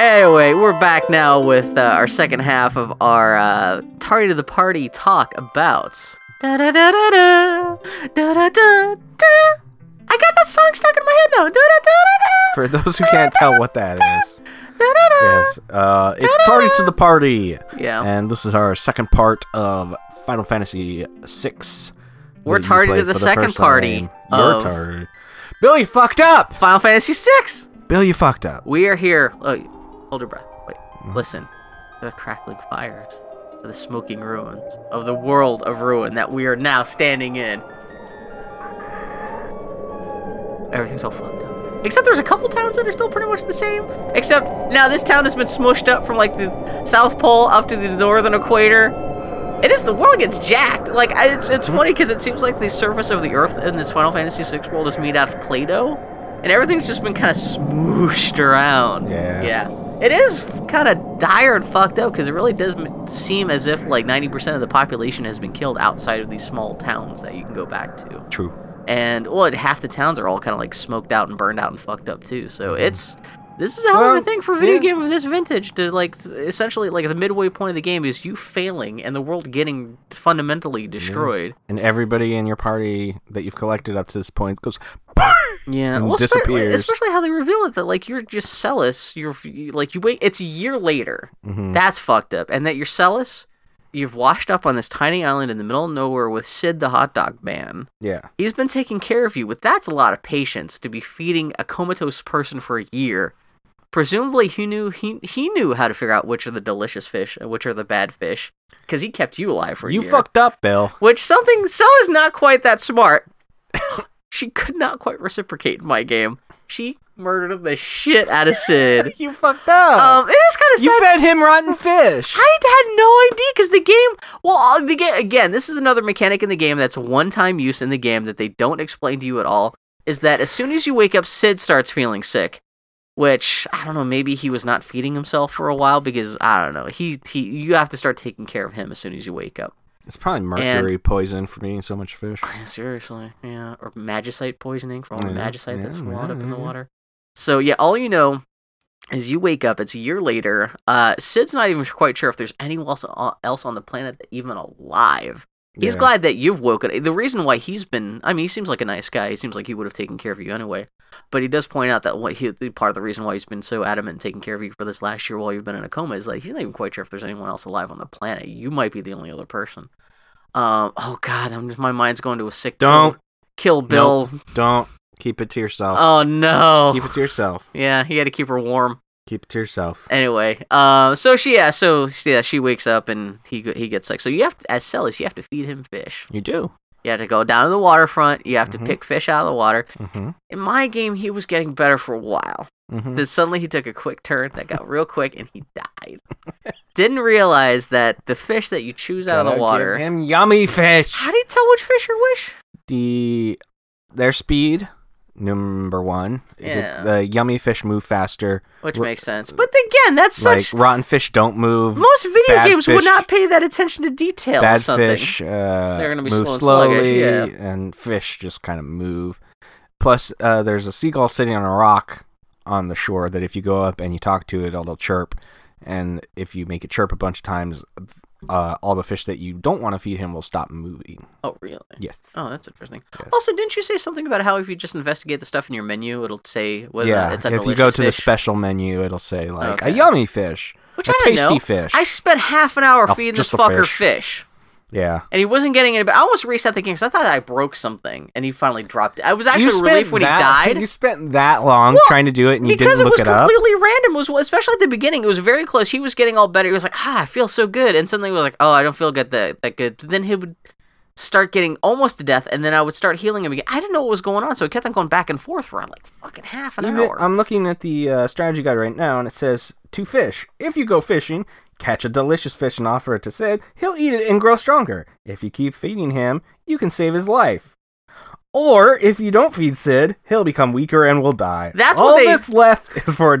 Anyway, we're back now with uh, our second half of our uh, Tardy to the Party talk about. Da da da da da da da da. I got that song stuck in my head now. Da da da For those who can't tell what that is, da da da da. yes, uh, it's Tardy to the Party, Yeah. and this is our second part of Final Fantasy VI. We're that you tardy to played the for second first party time. of- You're tardy. Bill, you fucked up. Final Fantasy VI. Bill, you fucked up. We are here. Look, hold your breath. Wait, listen. To the crackling fires, to the smoking ruins of the world of ruin that we are now standing in. Everything's all fucked up. Except there's a couple towns that are still pretty much the same. Except now this town has been smushed up from like the South Pole up to the northern equator. It is the world gets jacked. Like I, it's it's funny because it seems like the surface of the Earth in this Final Fantasy VI world is made out of Play-Doh, and everything's just been kind of smooshed around. Yeah. Yeah. It is kind of dire and fucked up because it really does m- seem as if like 90% of the population has been killed outside of these small towns that you can go back to True. and well, and half the towns are all kind of like smoked out and burned out and fucked up too. So it's this is a hell of Mm-hmm. Well, a thing for a video yeah. game of this vintage to like s- essentially like the midway point of the game is you failing and the world getting fundamentally destroyed. And everybody in your party that you've collected up to this point goes, "Party!" Yeah, And well, espe- disappears. especially how they reveal it that like you're just Celis, you're you- like you wait. It's a year later. Mhm. That's fucked up, and that you're Celis. You've washed up on this tiny island in the middle of nowhere with Sid the hot dog man. Yeah. He's been taking care of you, but that's a lot of patience to be feeding a comatose person for a year. Presumably, he knew he he knew how to figure out which are the delicious fish and which are the bad fish, because he kept you alive for a You year. fucked up, Bill. Which something Cella's not quite that smart. she could not quite reciprocate in my game. She murdered the shit out of Sid. You fucked up. um, it is kind of sad. Oh. you fed him rotten fish. I had no idea because the game. Well, uh, the game again. This is another mechanic in the game that's one-time use in the game that they don't explain to you at all. Is that as soon as you wake up, Sid starts feeling sick, which I don't know. Maybe he was not feeding himself for a while because I don't know. He, he you have to start taking care of him as soon as you wake up. It's probably mercury poison from eating so much fish. Seriously, yeah. Or magicite poisoning for all the Yeah, magicite yeah, that's floating up in the yeah. water. So yeah, all you know is you wake up. It's a year later. Uh, Sid's not even quite sure if there's anyone else else on the planet that even alive. He's Yeah. glad that you've woken. The reason why he's been, I mean, he seems like a nice guy. He seems like he would have taken care of you anyway. But he does point out that what he, the part of the reason why he's been so adamant in taking care of you for this last year while you've been in a coma is like he's not even quite sure if there's anyone else alive on the planet. You might be the only other person. Um. Oh God, I'm just my mind's going to a sick. Kill- Don't. kill, Bill. Don't keep it to yourself. Oh no. Keep it to yourself. yeah, he had to keep her warm. Keep it to yourself. Anyway, uh, so she yeah, so yeah, she wakes up and he go- he gets sick. So you have to, as Celis, you have to feed him fish. You do. You have to go down to the waterfront. You have to Mhm. pick fish out of the water. Mm-hmm. In my game, he was getting better for a while. Mm-hmm. Then suddenly he took a quick turn that got real quick and he died. Didn't realize that the fish that you choose out of the water. him yummy fish. How do you tell which fish are which? The their speed number one. The- Yeah. The, yummy fish move faster. Which R- makes sense. But again, that's such. like rotten fish don't move. most video bad games would fish- not pay that attention to detail or Bad something. fish. Uh, They're gonna be move slow and slowly, sluggish, yeah. and fish just kind of move. Plus, uh, there's a seagull sitting on a rock on the shore that if you go up and you talk to it, it'll chirp. And if you make it chirp a bunch of times, uh, all the fish that you don't want to feed him will stop moving. Oh, really? Yes. Oh, that's interesting. Yes. Also, didn't you say something about how if you just investigate the stuff in your menu, it'll say whether or yeah. not it's a if delicious you go to the fish? special menu, it'll say like a Okay. yummy fish, which a I didn't tasty know. fish. I spent half an hour Oh, feeding this just the fucker fish. fish. yeah. and he wasn't getting any. But I almost reset the game because I thought I broke something, and he finally dropped it. I was actually relieved when that, he died You spent that long Well, trying to do it, and you because didn't it was look it up. completely random. It was especially at the beginning, it was very close. He was getting all better. He was like, "Ah, I feel so good," and suddenly he was like, "Oh, I don't feel good that that good." But then he would start getting almost to death, and then I would start healing him again. I didn't know what was going on, so it kept on going back and forth for like fucking half an Even- hour. I'm looking at the uh, strategy guide right now, and it says to fish. If you go fishing, catch a delicious fish and offer it to Sid. He'll eat it and grow stronger. If you keep feeding him, you can save his life. Or if you don't feed Sid, he'll become weaker and will die. That's all what they- that's left is for a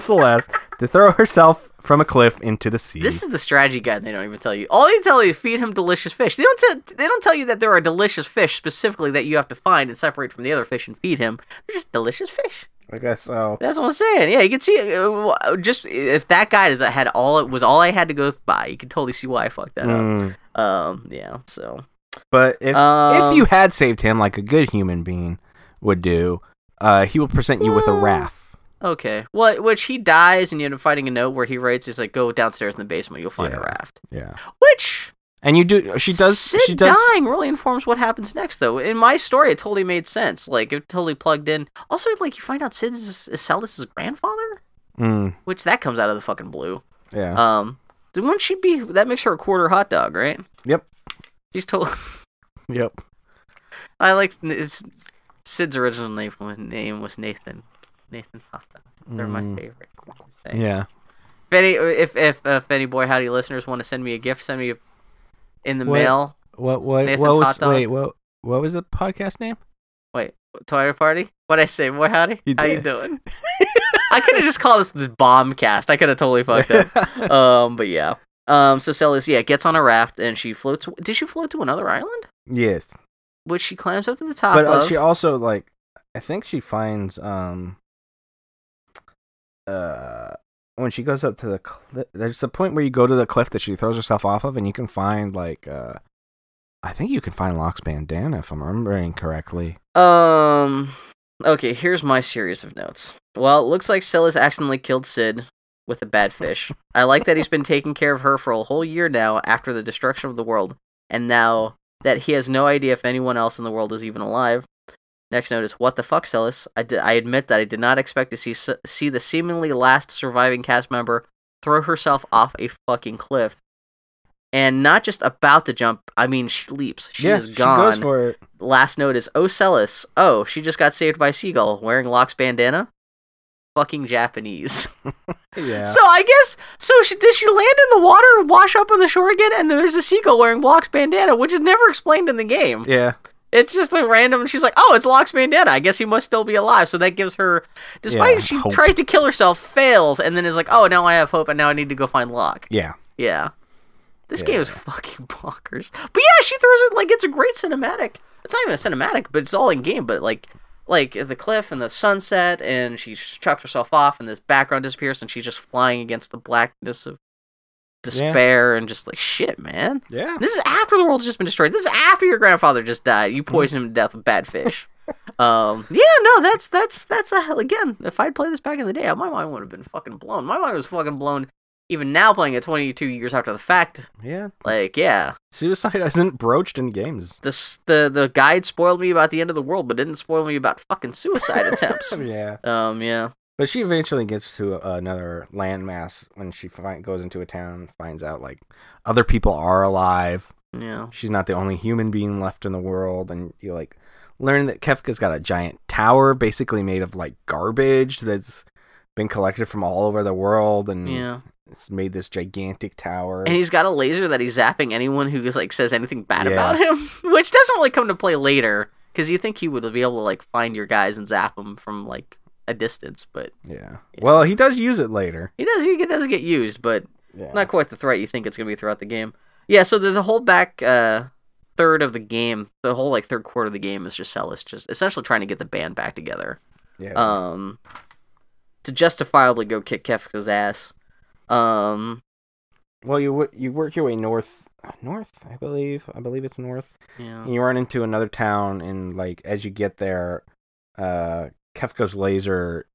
Celeste to throw herself from a cliff into the sea. This is the strategy guide. They don't even tell you. All they tell you is feed him delicious fish. They don't. T- they don't tell you that there are delicious fish specifically that you have to find and separate from the other fish and feed him. They're just delicious fish. I guess so. That's what I'm saying. Yeah, you can see. uh, Just if that guy is had all it was all I had to go by, you can totally see why I fucked that Mm. up. Um, yeah. So But if Um, if you had saved him like a good human being would do, uh, he will present you with a Well- wrath. okay, what? Which he dies, and you end up finding a note where he writes, "Is like go downstairs in the basement, you'll find a Yeah. raft." Yeah, Which and you do. She does. Sid she does. dying really informs what happens next, though. In my story, it totally made sense. Like it totally plugged in. Also, like you find out Sid is, is Celis' grandfather, Mm, which that comes out of the fucking blue. yeah. Um, then wouldn't she be? That makes her a quarter hot dog, right? Yep. She's totally. yep. I like it's, Sid's original name was, name was Nathan. Nathan's hot dog. They're my Mm. favorite. Yeah. If any if if uh, if any boy howdy listeners want to send me a gift, send me a, in the What? mail. What? What? Nathan's what hot was? dog. Wait. What? What was the podcast name? Wait, Toy party? What I say, boy howdy? You How you did. doing? I could have just called this the bombcast. I could have totally fucked up. um, but yeah. Um, so Celis, yeah, gets on a raft and she floats. Did she float to another island? yes, Which she climbs up to the top but uh, of. she also like. I think she finds um. Uh, when she goes up to the cliff, there's a point where you go to the cliff that she throws herself off of, and you can find like. uh I think you can find Locke's bandana if I'm remembering correctly. Um. Okay, here's my series of notes. Well, it looks like Celis accidentally killed Sid with a bad fish. I like that he's been taking care of her for a whole year now after the destruction of the world, and now that he has no idea if anyone else in the world is even alive. Next note is what the fuck, Celis? I, di- I admit that I did not expect to see s- see the seemingly last surviving cast member throw herself off a fucking cliff, and not just about to jump. I mean, she leaps. She yeah, is gone. she goes for it. Last note is Ocellus. Oh, she just got saved by Seagull wearing Locke's bandana. Fucking Japanese. Yeah. So I guess so. She, does she land in the water and wash up on the shore again? And then there's a seagull wearing Locke's bandana, which is never explained in the game. yeah. It's just a random. She's like, "Oh, it's Locke's bandana. I guess he must still be alive." So that gives her, despite Yeah, she hope. tries to kill herself, fails, and then is like, "Oh, now I have hope, and now I need to go find Locke." Yeah. Yeah. This Yeah. game is fucking bonkers. But yeah, she throws it like it's a great cinematic. It's not even a cinematic, but it's all in game, but like like the cliff and the sunset and she chucks herself off and this background disappears and she's just flying against the blackness of despair and just like shit, man. Yeah. This is after the world's just been destroyed. This is after your grandfather just died. You poisoned him to death with bad fish. um, yeah, no, that's that's that's a hell again. If I'd played this back in the day, my mind would have been fucking blown. My mind was fucking blown. Even now, playing it 22 years after the fact, Yeah. like yeah, Suicide isn't broached in games. this the the guide spoiled me about the end of the world, but didn't spoil me about fucking suicide attempts. Yeah. Um, yeah, But she eventually gets to uh, another landmass when she find, goes into a town, finds out like other people are alive. yeah. She's not the only human being left in the world, and you like learn that Kefka's got a giant tower, basically made of like garbage that's been collected from all over the world, and Yeah, it's made this gigantic tower. and he's got a laser that he's zapping anyone who is like says anything bad Yeah. about him, which doesn't really come to play later because you think he would be able to like find your guys and zap them from like a distance, but yeah. Yeah. Well, he does use it later. he does. He doesn't get used, but Yeah. not quite the threat you think it's gonna be throughout the game. Yeah, so the, the whole back uh, third of the game, the whole like third quarter of the game is just Celis just essentially trying to get the band back together, yeah. um, to justifiably go kick Kefka's ass. Um, Well, you wo- you work your way north, uh, north, I believe. I believe it's north. yeah. And you run into another town, and like as you get there, uh, Kefka's laser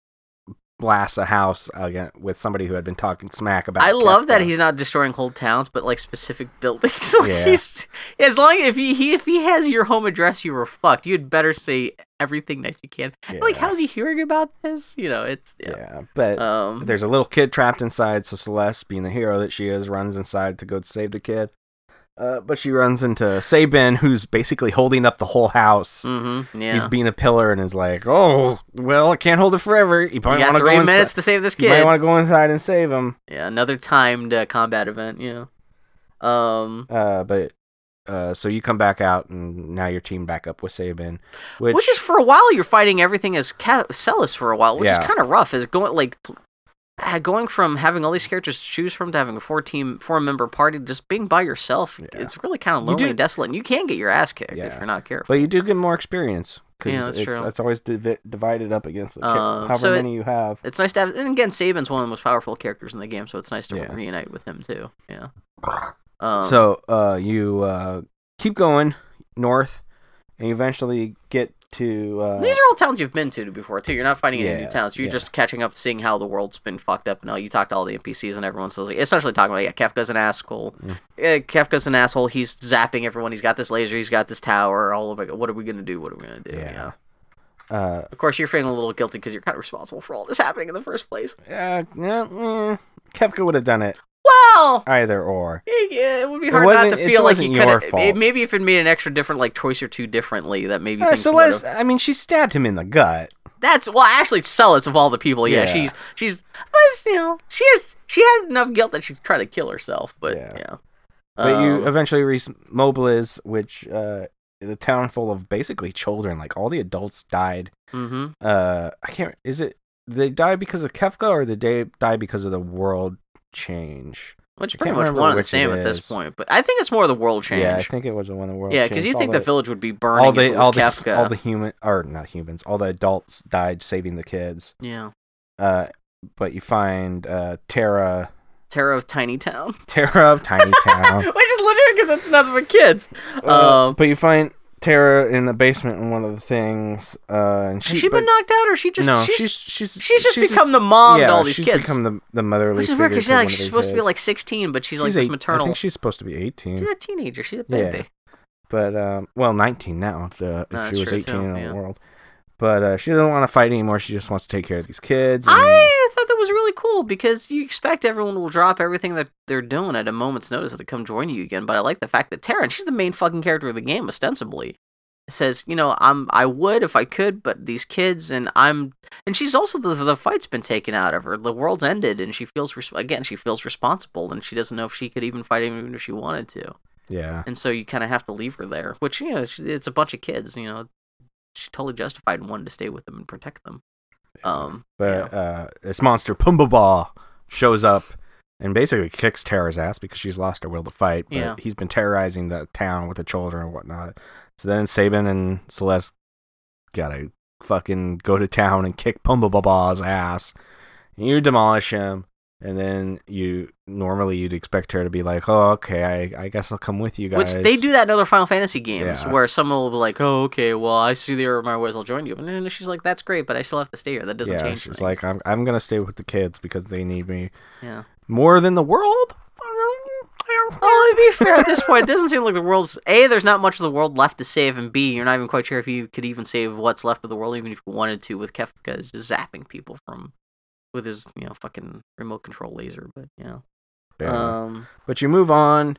blasts a house again with somebody who had been talking smack about. I love that Kefka. he's not destroying whole towns, but like specific buildings. like Yeah. he's, as long if he, he if he has your home address, you were fucked. You'd better say everything that you can. yeah. Like, how's he hearing about this? You know, it's yeah. yeah. but. Um, there's a little kid trapped inside, so Celeste, being the hero that she is, runs inside to go save the kid. Uh, but she runs into Sabin, who's basically holding up the whole house. mm-hmm, yeah. He's being a pillar and is like, "Oh, well, I can't hold it forever. You you might want got to go three inside. minutes to save this kid. You might want to go inside and save him." Yeah, another timed uh, combat event. Yeah. Um, Uh, but uh, so you come back out, and now your team back up with Sabin, which, which, is for a while you're fighting everything as Ca- Celis for a while, which Yeah. is kind of rough. Is going like. pl- yeah, going from having all these characters to choose from to having a four team, four member party, to just being by yourself, it's really kind of lonely do- and desolate. And you can get your ass kicked if Yeah. you're not careful. But you do get more experience because Yeah, that's it's, true. it's always divi- divided up against the ca- Um, however so it- many you have. It's nice to have, and again, Saban's one of the most powerful characters in the game, so it's nice to Yeah. reunite with him too. Yeah. Um, so uh, you uh, keep going north, and you eventually get to uh, these are all towns you've been to before too. You're not finding any new Yeah, towns. You're yeah. just catching up, to seeing how the world's been fucked up and all. You talk to all the NPCs and everyone's like, essentially talking about yeah, Kefka's an asshole. Mm. Yeah, Kefka's an asshole. He's zapping everyone. He's got this laser. He's got this tower. All of it. What are we gonna do? What are we gonna do? Yeah. You know? uh, Of course, you're feeling a little guilty because you're kind of responsible for all this happening in the first place. Uh, yeah, mm, Kefka would have done it Well, either or. it, it would be It hard not to wasn't- it feel like you wasn't your could fault. have. Maybe if it made an extra different, like choice or two differently, that maybe Uh, things would've- Celeste, I mean, she stabbed him in the gut. That's well, actually, Celis of all the people, yeah, Yeah. she's she's, but it's, you know, she has she had enough guilt that she's trying to kill herself, but yeah. Yeah. But you Um, eventually reach Mobliz, which uh, is a town full of basically children. Like all the adults died. mhm. Uh, I can't. Is it they died because of Kefka or did they die because of the world change? Which I pretty can't much remember one and the which same it at this is. point, but I think it's more the world Yeah, I change. think it was the one of the world. Yeah, because change. you All think the, village would be burning all if the it all was the Kafka. all the human or not humans, all the adults died saving the kids. yeah, Uh, but you find uh Terra, Terror of Tiny Town, Terra of Tiny Town. which is literally because it's nothing but kids. Uh, Um, but you find Tara in the basement in one of the things, uh, and she Has she been but- knocked out, or she just no, she's she's she's she's just become the mom yeah, to all these she's kids. become the the motherly. which is weird figure because she's like one of she's these supposed to be kids. like 16, but she's like She's this eight- I maternal. think she's supposed to be eighteen, She's a teenager. She's a Yeah. baby. but um, well, nineteen now if, the, if No, that's she was true, eighteen too, in the yeah. world. But uh, she doesn't want to fight anymore. She just wants to take care of these kids. and- I thought that was really cool because you expect everyone will drop everything that they're doing at a moment's notice to come join you again. But I like the fact that Terran, she's the main fucking character of the game, ostensibly, says, you know, I'm I would if I could, but these kids and I'm and she's also the the fight's been taken out of her. The world's ended, and she feels res- again she feels responsible, and she doesn't know if she could even fight even if she wanted to. yeah, And so you kind of have to leave her there, which you know she- it's a bunch of kids. You know, she totally justified and wanted to stay with them and protect them. Um, yeah. but uh, this monster Pumbaba shows up and basically kicks Tara's ass because she's lost her will to fight. But Yeah. he's been terrorizing the town with the children and whatnot. So then Saban and Celeste gotta fucking go to town and kick Pumbaba's ass. And you demolish him, and then you normally you'd expect her to be like, "Oh, okay, I, I guess I'll come with you guys." Which they do that in other Final Fantasy games, Yeah. where someone will be like, "Oh, okay, well, I see the error of my ways. I'll join you." And then she's like, "That's great, but I still have to stay here. That doesn't yeah, change." she's things." like, "I'm I'm gonna stay with the kids because they need me "Yeah." more than the world." Well, to Oh, be fair, at this point, it doesn't seem like the world's a. There's not much of the world left to save, and b. You're not even quite sure if you could even save what's left of the world, even if you wanted to, with Kefka is just zapping people from with his you know fucking remote control laser. But you know, Yeah. um, But you move on,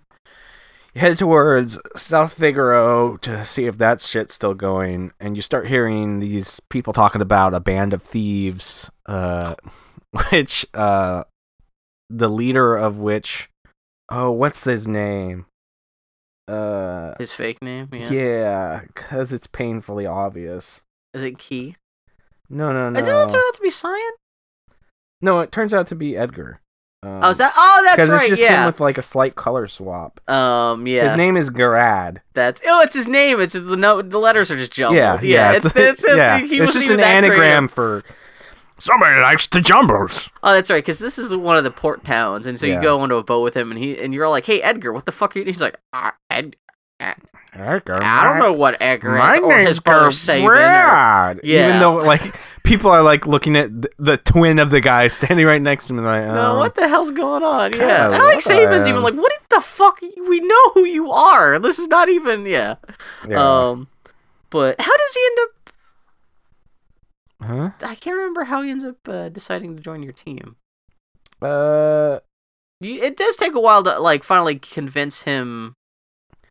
you head towards South Figaro to see if that shit's still going, and you start hearing these people talking about a band of thieves, uh, which uh, the leader of which, oh, what's his name? Uh, his fake name, yeah, yeah, because it's painfully obvious. is it Key? No, no, Does it turn no. out to be Cyan? No, it turns out to be Edgar. Um, oh, is that? Oh, that's 'cause right. it's just him yeah. with like a slight color swap. um, yeah. His name is Garad. That's oh, it's his name. It's the no, the letters are just jumbled. Oh, Yeah, Yeah, yeah, It's, it's, it's, yeah. He It's wasn't just even an that anagram creative. for somebody likes to jumbles. Oh, that's right, because this is one of the port towns, and so you Yeah. go onto a boat with him, and he and you're like, "Hey, Edgar, what the fuck are you?" doing?" He's like, I, Ed, "I don't know what Edgar My is or name's his brother Saban." or- Brad. Yeah. Even though like people are like looking at the, the twin of the guy standing right next to him, and like, No, um, what the hell's going on? kinda Yeah, I like what Saban's I even am. like, "What the fuck? We know who you are. This is not even yeah." yeah. Um, but how does he end up? Huh? I can't remember how he ends up uh, deciding to join your team. Uh, You, it does take a while to like finally convince him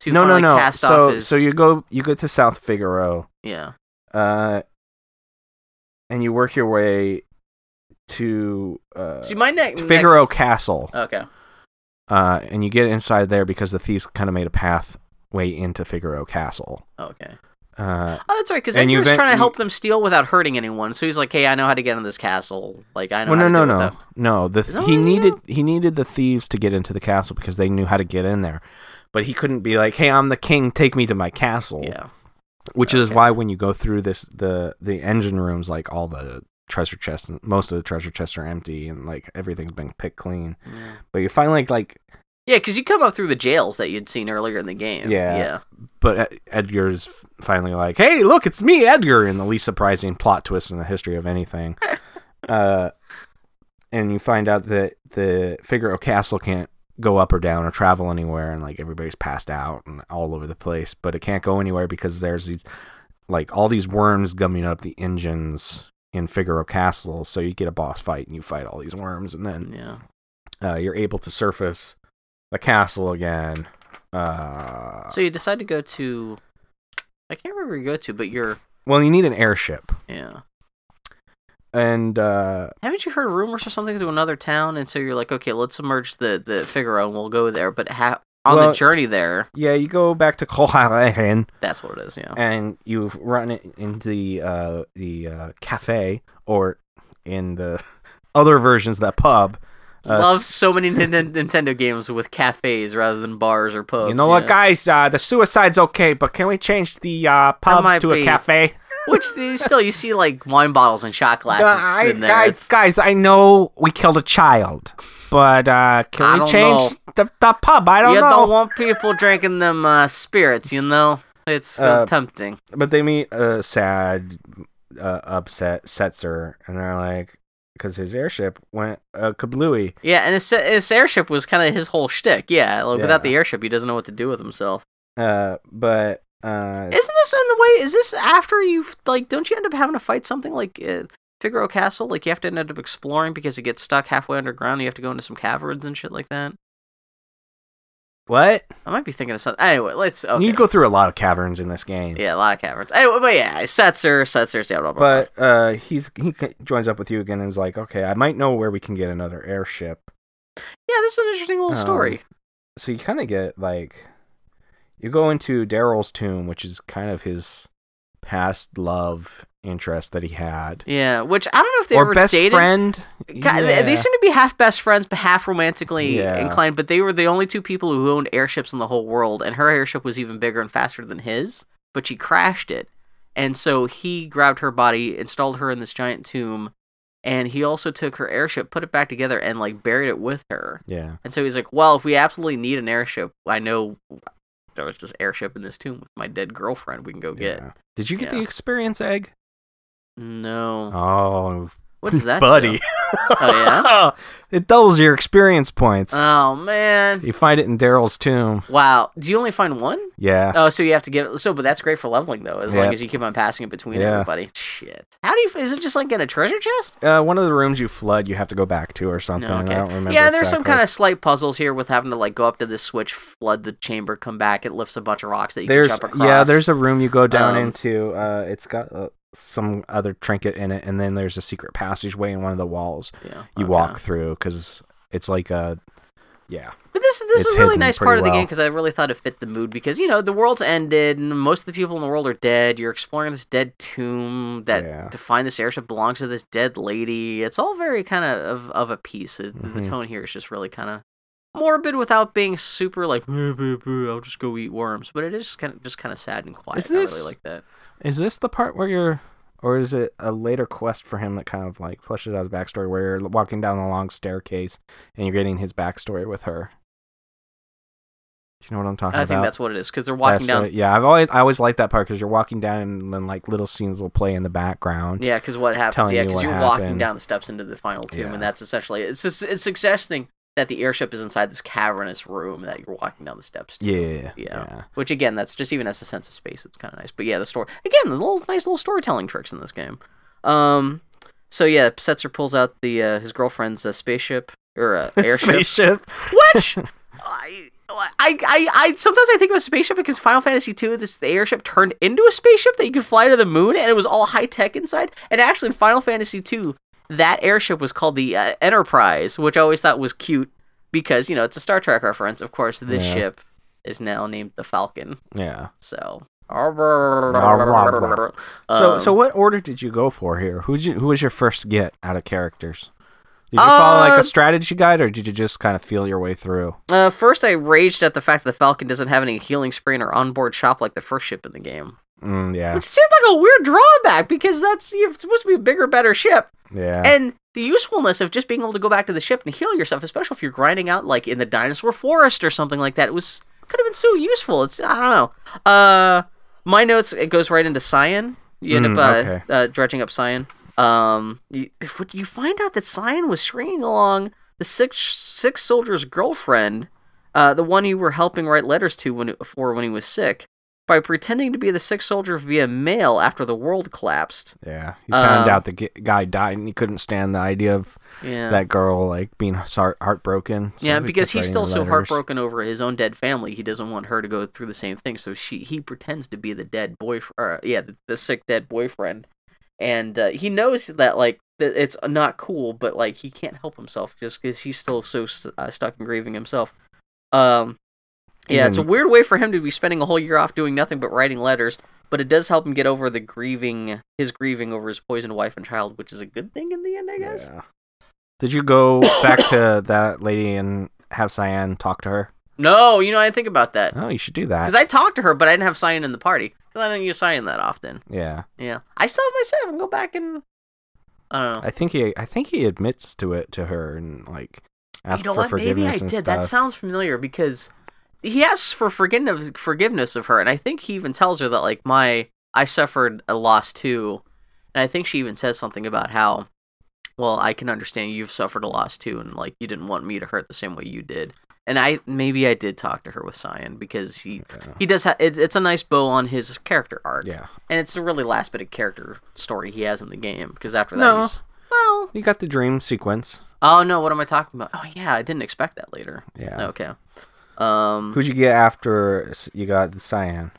to no, no, finally no. cast So, off his so you go, you go to South Figaro, yeah. uh, and you work your way to uh, See my neck Figaro next- Oh. Castle. Okay. uh, and you get inside there because the thieves kind of made a pathway into Figaro Castle. Okay. Uh, Oh, that's right. Because And you Edgar's ven- trying to you- help them steal without hurting anyone. So he's like, "Hey, I know how to get in this castle. Like, I know." well, how no, to no, deal with no, them." no. The that he what it is needed now? he needed the thieves to get into the castle because they knew how to get in there, but he couldn't be like, "Hey, I'm the king. Take me to my castle." Yeah. which is Okay. why when you go through this the the engine rooms like all the treasure chests most of the treasure chests are empty and like everything's been picked clean but you find like like Yeah, because you come up through the jails that you'd seen earlier in the game. Yeah. Yeah. but Ed- edgar's finally like hey look it's me edgar in the least surprising plot twist in the history of anything uh and you find out that the figaro castle can't go up or down or travel anywhere and like everybody's passed out and all over the place but it can't go anywhere because there's these like all these worms gumming up the engines in figaro castle so you get a boss fight and you fight all these worms and then Yeah. uh, you're able to surface the castle again uh So you decide to go to. I can't remember where you go to, but you're. well you need an airship Yeah. and uh Haven't you heard rumors or something to another town? And so you're like, okay, let's submerge the the Figaro and we'll go there. But ha- on Well- the journey there, yeah you go back to Kohalehen that's what it is. Yeah. and you run it into the uh the uh cafe or in the other versions that pub uh, Love s- so many Nin- Nintendo games with cafes rather than bars or pubs. you know what yeah. guys uh the suicide's okay but can we change the uh pub might to a be- cafe Which the- still, you see like wine bottles and shot glasses Guy- in there. guys, guys, I know we killed a child, but uh, can I we don't change the, the pub? I don't you know. don't want people drinking them uh, spirits, you know? It's so Uh, tempting. but they meet a sad, uh, upset Setzer, and they're like, because his airship went uh, kablooey. Yeah, and his, his airship was kind of his whole shtick. Yeah, like, without Yeah. the airship, he doesn't know what to do with himself. Uh, but uh, Isn't this in the way? Is this after you've like? Don't you end up having to fight something like uh, Figaro Castle? Like you have to end up exploring because it gets stuck halfway underground. You have to go into some caverns and shit like that. what? I might be thinking of something. Anyway, let's. Okay. You go through a lot of caverns in this game. Yeah, a lot of caverns. Anyway, but yeah, Setzer, Setzer, yeah, blah, blah, blah. But uh, he's he c- joins up with you again and is like, okay, I might know where we can get another airship. yeah, this is an interesting little Um, story. so you kind of get like you go into Daryl's tomb, which is kind of his past love interest that he had, Yeah, which I don't know if they or were best dated. friend. God, they- They Yeah. seem to be half best friends, but half romantically Yeah. inclined. But they were the only two people who owned airships in the whole world, and her airship was even bigger and faster than his. But she crashed it, and so he grabbed her body, installed her in this giant tomb, and he also took her airship, put it back together, and like buried it with her. yeah, And so he's like, "Well, if we absolutely need an airship, I know there was this airship in this tomb with my dead girlfriend. We can go get." yeah. Did you get Yeah. the experience egg? No, Oh, what's that, do? buddy! Oh, it doubles your experience points. Oh man. you find it in Daryl's tomb. Wow. Do you only find one? Yeah, Oh, so you have to give so, but that's great for leveling though, as Yeah. long as you keep on passing it between Yeah. everybody. Shit, how do you? Is it just like in a treasure chest? uh, one of the rooms you flood, you have to go back to or something. I don't remember. Yeah, there's some exactly. kind of slight puzzles here with having to like go up to this switch, flood the chamber, come back. It lifts a bunch of rocks that you there's can jump across. yeah there's a room you go down Um, into uh it's got uh, some other trinket in it and then there's a secret passageway in one of the walls Yeah, okay. you walk through because it's like a yeah But this this It's is a really hidden nice pretty part of the well. game because I really thought it fit the mood because you know the world's ended and most of the people in the world are dead. You're exploring this dead tomb that Yeah. to find this airship belongs to this dead lady. It's all very kind of of, of a piece. It- The Mhm. tone here is just really kind of morbid without being super like "Boo, boo, boo, I'll just go eat worms. But it is kind of just kind of sad and quiet. Is I this- really like that. is this the part where you're or is it a later quest for him that kind of like fleshes out his backstory where you're walking down a long staircase and you're getting his backstory with her do you know what i'm talking I about think that's what it is because they're walking Uh, That's down. it. yeah i've always i always liked that part because you're walking down and then like little scenes will play in the background Yeah, because what happens? telling Yeah, you because what you're walking happened. down the steps into the final tomb, Yeah. and that's essentially it's it's it's suggesting that the airship is inside this cavernous room that you're walking down the steps to. yeah Yeah. yeah Which again, that's just even as a sense of space, it's kind of nice. But yeah, the story again, the little nice little storytelling tricks in this game. Um, so yeah, Setzer pulls out the uh, his girlfriend's uh, spaceship or uh, airship. spaceship. What? I, I, I, I, sometimes I think of a spaceship because Final Fantasy II, this the airship turned into a spaceship that you could fly to the moon, and it was all high tech inside. And actually, in Final Fantasy II, that airship was called the uh, Enterprise, which I always thought was cute because you know it's a Star Trek reference. Of course, this Yeah. ship is now named the Falcon. Yeah. So So, Um, so what order did you go for here? Who you, who was your first get out of characters? Did you follow like Uh, a strategy guide, or did you just kind of feel your way through? Uh, first, I raged at the fact that the Falcon doesn't have any healing spray in her onboard shop like the first ship in the game, Mm, yeah, which seems like a weird drawback because that's it's supposed to be a bigger, better ship, yeah. and the usefulness of just being able to go back to the ship and heal yourself, especially if you're grinding out like in the dinosaur forest or something like that, it was could have been so useful. It's I don't know. Uh, my notes it goes right into Cyan. You end Mm, up uh, okay. uh, dredging up Cyan. Um, you, what- you find out that Cyan was stringing along the six six soldier's girlfriend, uh, the one you were helping write letters to when for when he was sick, by pretending to be the six soldier via mail after the world collapsed. yeah, he found um, out the g- guy died, and he couldn't stand the idea of Yeah. that girl like being heart- heartbroken. so yeah, he because kept he's writing still the so letters. heartbroken over his own dead family, he doesn't want her to go through the same thing. So she he pretends to be the dead boyfriend, or, uh, yeah, the, the sick dead boyfriend, and uh, he knows that like that it's not cool, but like he can't help himself just because he's still so st- uh, stuck in grieving himself. Um, yeah, it's a Mhm. weird way for him to be spending a whole year off doing nothing but writing letters, but it does help him get over the grieving, his grieving over his poisoned wife and child, which is a good thing in the end, I guess. Yeah. Did you go back to that lady and have Cyan talk to her? No, you know, I didn't think about that. Oh, you should do that. Because Uh, I talked to her, but I didn't have Cyan in the party. 'Cause I don't use Cyan that often. yeah, Yeah. I still have my stuff and go back and. I don't know. I think he I think he admits to it to her and like asks you know for what? forgiveness Maybe I and did. stuff. That sounds familiar because he asks for forgiveness, forgiveness of her, and I think he even tells her that, like, my. I suffered a loss too. And I think she even says something about how, well, I can understand you've suffered a loss too, and, like, you didn't want me to hurt the same way you did. And I maybe I did talk to her with Cyan because he Yeah. he does ha- it, it's a nice bow on his character arc. yeah, And it's the really last bit of character story he has in the game because after that, No. he's, well, you got the dream sequence. oh no, what am I talking about? Oh yeah, I didn't expect that later. Yeah. Okay. Um, Who'd you get after s- you got the Cyan?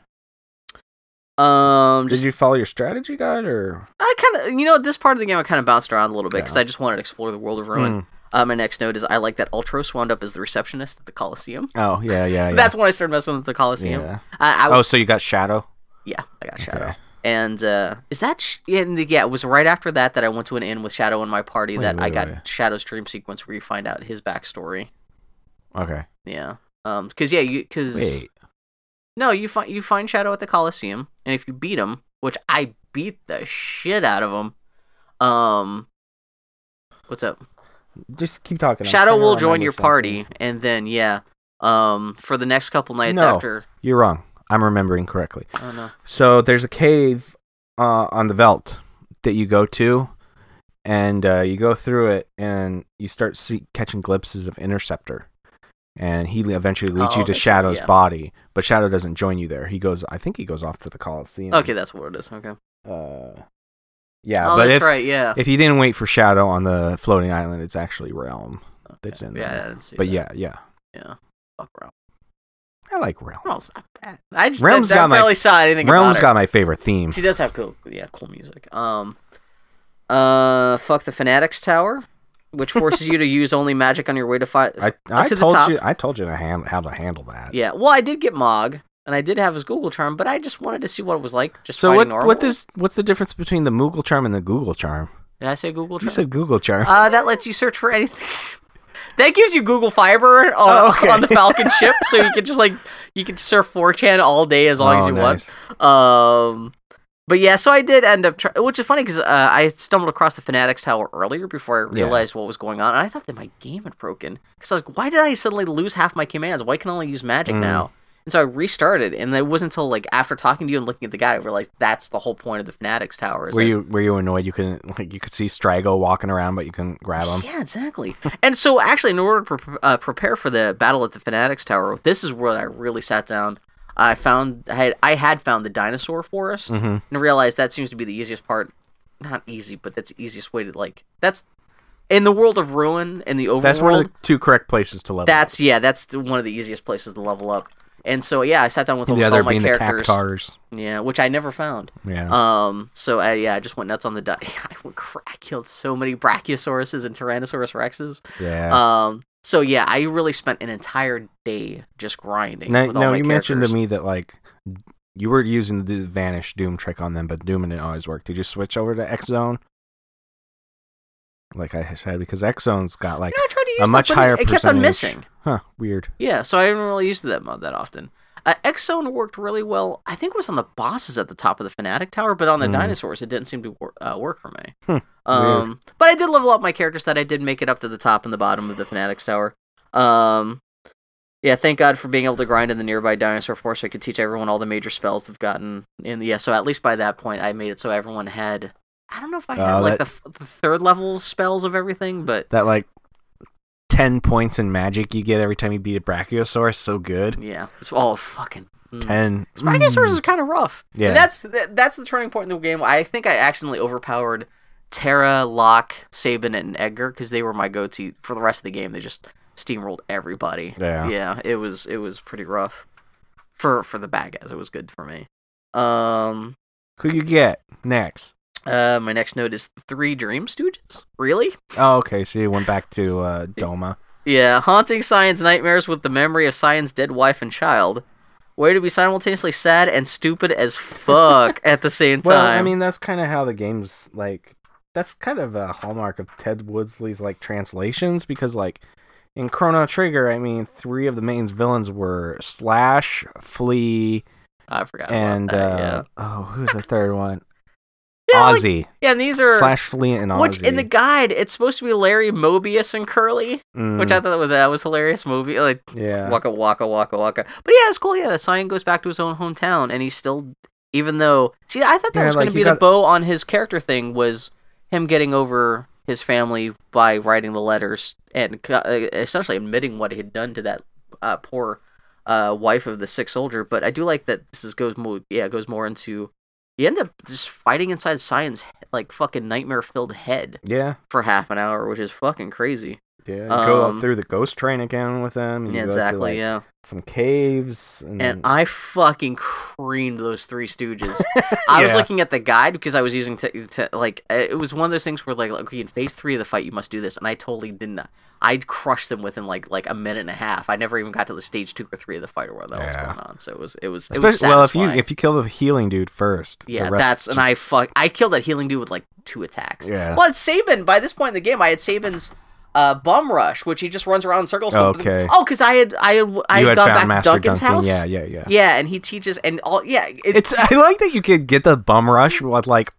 um, just Did you follow your strategy guide or? I kind of, you know, this part of the game I kind of bounced around a little bit because Yeah. I Hmm. just wanted to explore the world of ruin. Uh, my next note is I like that Ultros wound up as the receptionist at the Coliseum. Hmm. Oh yeah, yeah, yeah. That's when I started messing with the Coliseum. yeah. I, I Oh, was, so you got Shadow? yeah, I got Shadow. Okay. And uh, is that sh- and yeah? It was right after that that I went to an inn with Shadow in my party Wait, that I wait, got wait. Shadow's dream sequence where you find out his backstory. Okay. Yeah. Um. Because yeah, you because Wait. no, you find you find Shadow at the Coliseum, and if you beat him, which I beat the shit out of him, um. What's up? Just keep talking. I'm Shadow trying to will join remember your something. party, and then yeah, um, for the next couple nights No. after. You're wrong. I'm remembering correctly. Oh no. So there's a cave uh, on the Veld that you go to, and uh, you go through it, and you start see- catching glimpses of Interceptor, and he eventually leads Oh, you to that's- Shadow's yeah. body, but Shadow doesn't join you there. He goes, I think he goes off to the Coliseum. Okay, that's what it is. Okay. Uh, yeah, oh, but that's if, right. Yeah. if you didn't wait for Shadow on the floating island, it's actually Realm that's in there. yeah, I didn't see but that. yeah, yeah, Fuck Realm. I like Realm. Realm's not bad. I just Realm's I, I got my- barely saw anything Realm's about her. got my favorite theme. She does have cool, yeah, cool music. Um, uh, fuck the Fanatics Tower, which forces you to use only magic on your way to fight. I, I to the told top. you, I told you to hand, how to handle that. yeah, well, I did get Mog, and I did have his Google charm, but I just wanted to see what it was like. Just So fighting what? normal. What does? What's the difference between the Moogle charm and the Google charm? Did I say Google You charm? said Google charm. uh, that lets you search for anything. That gives you Google Fiber on, Oh, okay. on the Falcon ship, so you can just like you can surf 4chan all day as long as Oh, you want. nice. Um, but yeah, so I did end up, try- which is funny because uh, I stumbled across the Fanatics Tower earlier before I Yeah. realized what was going on, and I thought that my game had broken because I was like, why did I suddenly lose half my commands? Why can I only use magic Mm. now? And so I restarted, and it wasn't until like after talking to you and looking at the guy, I realized that's the whole point of the Fanatics Tower. Is Were that- you were you annoyed? You couldn't like you could see Strigo walking around, but you couldn't grab him. Yeah, exactly. and so, actually, in order to pre- uh, prepare for the battle at the Fanatics Tower, this is where I really sat down. I found I had, I had found the dinosaur forest Mhm. and realized that seems to be the easiest part. Not easy, but that's the easiest way to like. That's in the world of ruin and the overworld. That's one of the two correct places to level. that's yeah, that's the, one of the easiest places to level up. And so yeah, I sat down with the almost other all my being the characters. Cactars. Yeah, which I never found. Yeah. Um. So I, yeah, I just went nuts on the. Di- I, went cra- I killed so many brachiosauruses and tyrannosaurus rexes. yeah. Um. So yeah, I really spent an entire day just grinding. now with all now my you mentioned to characters. me that like You were using the vanish doom trick on them, but doom didn't always work. Did you switch over to X Zone? Like I said, because X Zone's got like You know, I tried to a use much them, but higher it, it kept on percentage. missing. huh weird. Yeah, so I didn't really use them that often. Uh, Exxon worked really well. I think it was on the bosses at the top of the Fanatic Tower, but on the Mm. dinosaurs, it didn't seem to wor- uh, work for me. Hmm, Um, but I did level up my characters that I did make it up to the top and the bottom of the Fanatic Tower. Um, yeah, thank God for being able to grind in the nearby dinosaur force. So I could teach everyone all the major spells they've gotten. And yeah, so at least by that point, I made it so everyone had. I don't know if I had Oh, like that- the, f- the third level spells of everything, but That like ten points in magic you get every time you beat a Brachiosaurus. So good. yeah, it's all fucking. mm. Ten. Brachiosaurus Mm. is kind of rough. Yeah. And that's that- that's the turning point in the game. I think I accidentally overpowered Terra, Locke, Saban, and Edgar because they were my go-to for the rest of the game. They just steamrolled everybody. Mm. Yeah. Yeah, it was it was pretty rough for for the bad guys. It was good for me. Um, Who you get next? uh, my next note is three Dream Stooges. Really? Oh, okay. So you went back to uh, Doma. Yeah, haunting Sion's nightmares with the memory of Sion's dead wife and child. Way to be simultaneously sad and stupid as fuck at the same time. Well, I mean, that's kind of how the game's like. That's kind of a hallmark of Ted Woodsley's like translations because like in Chrono Trigger, I mean, three of the main villains were Slash, Flea, I forgot. about and that, uh, yeah. oh, who's the third one? Yeah, like- Ozzy yeah, and these are slash Flea and Ozzy. which in the guide it's supposed to be Larry Mobius and Curly, Mm, which I thought was that was hilarious. Mobius like yeah. waka waka waka waka. But yeah, it's cool. Yeah, the Cyan goes back to his own hometown, and he's still even though see, I thought that Yeah, was like, going to he be the got- bow on his character thing was him getting over his family by writing the letters and co- uh, essentially admitting what he had done to that uh, poor uh, wife of the sick soldier. But I do like that this is goes more yeah goes more into you end up just fighting inside Cyan's like fucking nightmare filled head yeah. for half an hour, which is fucking crazy. Yeah, you go Um, up through the ghost train again with them. And Yeah, you exactly. Go to, like, yeah. Some caves and, and I fucking creamed those three Stooges. I was Yeah. looking at the guide because I was using te- te- like uh, it was one of those things where like okay in phase three of the fight you must do this, and I totally did not. I crushed them within like like a minute and a half. I never even got to the stage two or three of the fight or what that was Yeah. going on. So it was it was it was Especially, well, if you satisfying. if you kill the healing dude first, the yeah rest that's is and just- I fuck I killed that healing dude with like two attacks. Yeah. Well, it's Saban. By this point in the game, I had Saban's. Uh, bum rush, which he just runs around in circles. Okay. Oh, because I had I had I you had had gone found back Master to Duncan's Duncan. house. Yeah, yeah, yeah. Yeah, and he teaches and all. Yeah, it's, It's I like that you could get the bum rush with like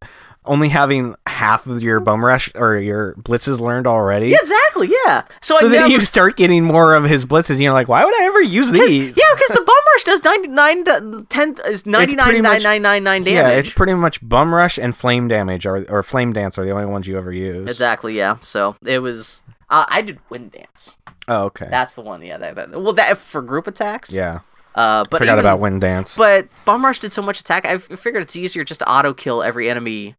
only having half of your bum rush or your blitzes learned already. yeah, exactly. Yeah. So, so I then never, you start getting more of his blitzes. And you're like, why would I ever use yeah, these? because the bum rush does ninety nine tenth is ninety nine pretty nine much- nine nine nine damage. Yeah, it's pretty much bum rush and flame damage or or flame dance are the only ones you ever use. exactly. Yeah. So it was. Uh, I did wind dance. Oh, okay. That's the one. Yeah. That, that, well, that for group attacks. yeah, Uh, but forgot even- about wind dance. But bum rush did so much attack. I f- figured it's easier just to auto kill every enemy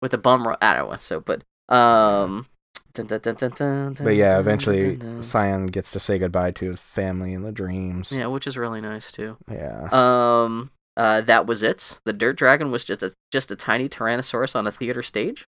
with a bum rush. I don't know. So, but um. Dun, dun, dun, dun, dun, But yeah, dun, eventually dun, dun, dun. Cyan gets to say goodbye to his family and the dreams. Yeah, which is really nice too. Yeah. Um, uh, that was it. The Dirt Dragon was just a just a tiny Tyrannosaurus on a theater stage.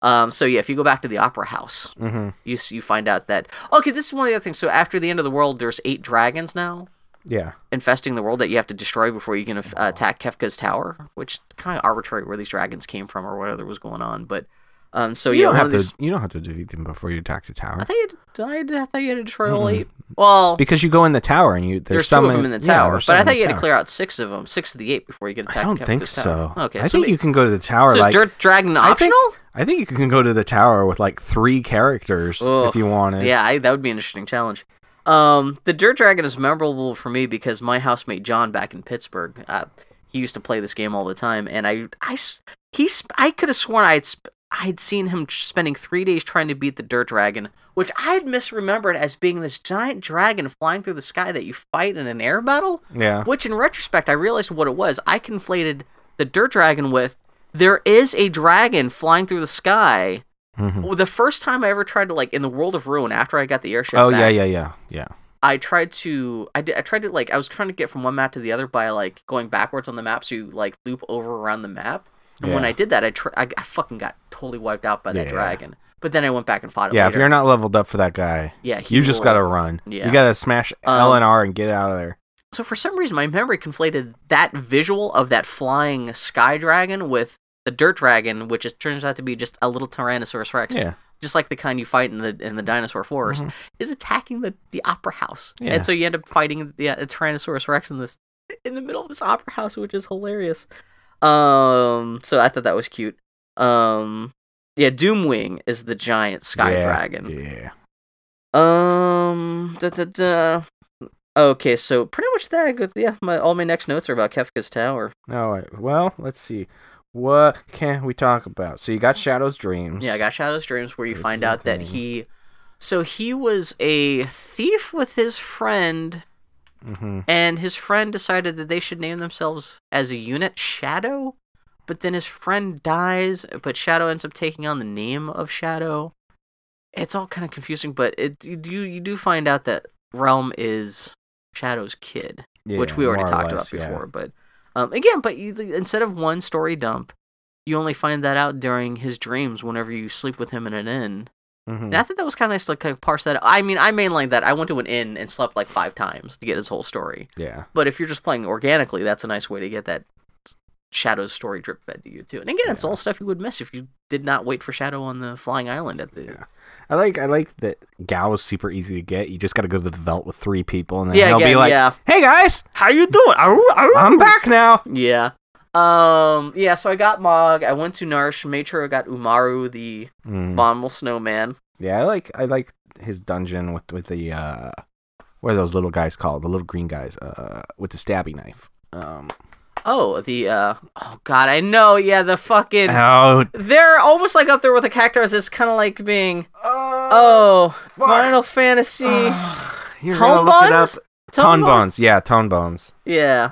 Um, so yeah, if you go back to the opera house, hmm you s- you find out that okay, this is one of the other things. So after the end of the world, there's eight dragons now Yeah. infesting the world that you have to destroy before you can uh, attack Kefka's tower, which kind of arbitrary where these dragons came from or whatever was going on. But um, so you yeah, don't one have of to. these- You don't have to defeat them before you attack the tower I thought you had, I thought you had to destroy all Mm-mm. eight. Well, because you go in the tower and you there's, There's, some two of them in the yeah, tower, there's but some I in thought the you had to tower. clear out six of them, six of the eight, before you could attack. I don't Kefka's think tower. so. Okay, I so, think maybe- you can go to the tower. so is like, Dirt Dragon I think- optional? I think you can go to the tower with like three characters Ugh, if you wanted. yeah, I, that would be an interesting challenge. Um, the Dirt Dragon is memorable for me because my housemate John back in Pittsburgh, uh, he used to play this game all the time, and I, I, s- he, sp- I could have sworn I'd, sp- I'd seen him tr- spending three days trying to beat the Dirt Dragon, which I had misremembered as being this giant dragon flying through the sky that you fight in an air battle. Yeah. Which, in retrospect, I realized what it was. I conflated the dirt dragon with there is a dragon flying through the sky. Mhm. Well, the first time I ever tried to like in the world of ruin after I got the airship. Oh back, yeah, yeah, yeah, yeah. I tried to I did I tried to like I was trying to get from one map to the other by like going backwards on the map so you like loop over around the map. And when Yeah. I did that, I, tr- I I fucking got totally wiped out by that Yeah. dragon. But then I went back and fought it. Yeah. If later. you're not leveled up for that guy, yeah, he you just will- gotta run. Yeah. You gotta smash Um, L and R and get out of there. So for some reason, my memory conflated that visual of that flying sky dragon with the dirt dragon, which is, turns out to be just a little Tyrannosaurus Rex, Yeah. just like the kind you fight in the in the dinosaur forest, Mhm. is attacking the, the opera house, Yeah. and so you end up fighting the, uh, Tyrannosaurus Rex in this in the middle of this opera house, which is hilarious. Um, so I thought that was cute. Um, yeah, Doomwing is the giant sky Yeah, dragon. Yeah. Um. Da, da, da. Okay, so pretty much that. Good. Yeah, my all my next notes are about Kefka's tower. All right. Well, let's see. What can we talk about? So you got Shadow's Dreams. Yeah, I got Shadow's Dreams, where you Good find out that thing. he, so he was a thief with his friend, Mm-hmm. and his friend decided that they should name themselves as a unit Shadow, but then his friend dies, but Shadow ends up taking on the name of Shadow. It's all kind of confusing, but it you do you do find out that Realm is Shadow's kid. Yeah, which we already more or talked less, about yeah. before. But um, again, but you, instead of one story dump, you only find that out during his dreams whenever you sleep with him in an inn. Mhm. And I thought that was kind of nice to like, kind of parse that. Out. I mean, I mainlined that. I went to an inn and slept like five times to get his whole story. Yeah. But if you're just playing organically, that's a nice way to get that Shadow's story drip fed to you too. And again, it's Yeah. all stuff you would miss if you did not wait for Shadow on the flying island at the. Yeah. I like I like that Gal is super easy to get. You just got to go to the vault with three people, and then Yeah, he'll be again, like, yeah. "Hey guys, How you doing? I'm back now." Yeah. Um. Yeah. So I got Mog. I went to Narsh. Made sure I got Umaru, the Mm. abominable snowman. Yeah, I like I like his dungeon with with the uh, what are those little guys called? The little green guys uh, with the stabby knife. Um, Oh, the uh. Oh God, I know. Yeah, the fucking. oh, They're almost like up there with the cactars. It's kind of like being. Oh, Final Fantasy. You're Tone gonna look it up. buns? Tone Tone- bones, yeah, tone bones, Yeah.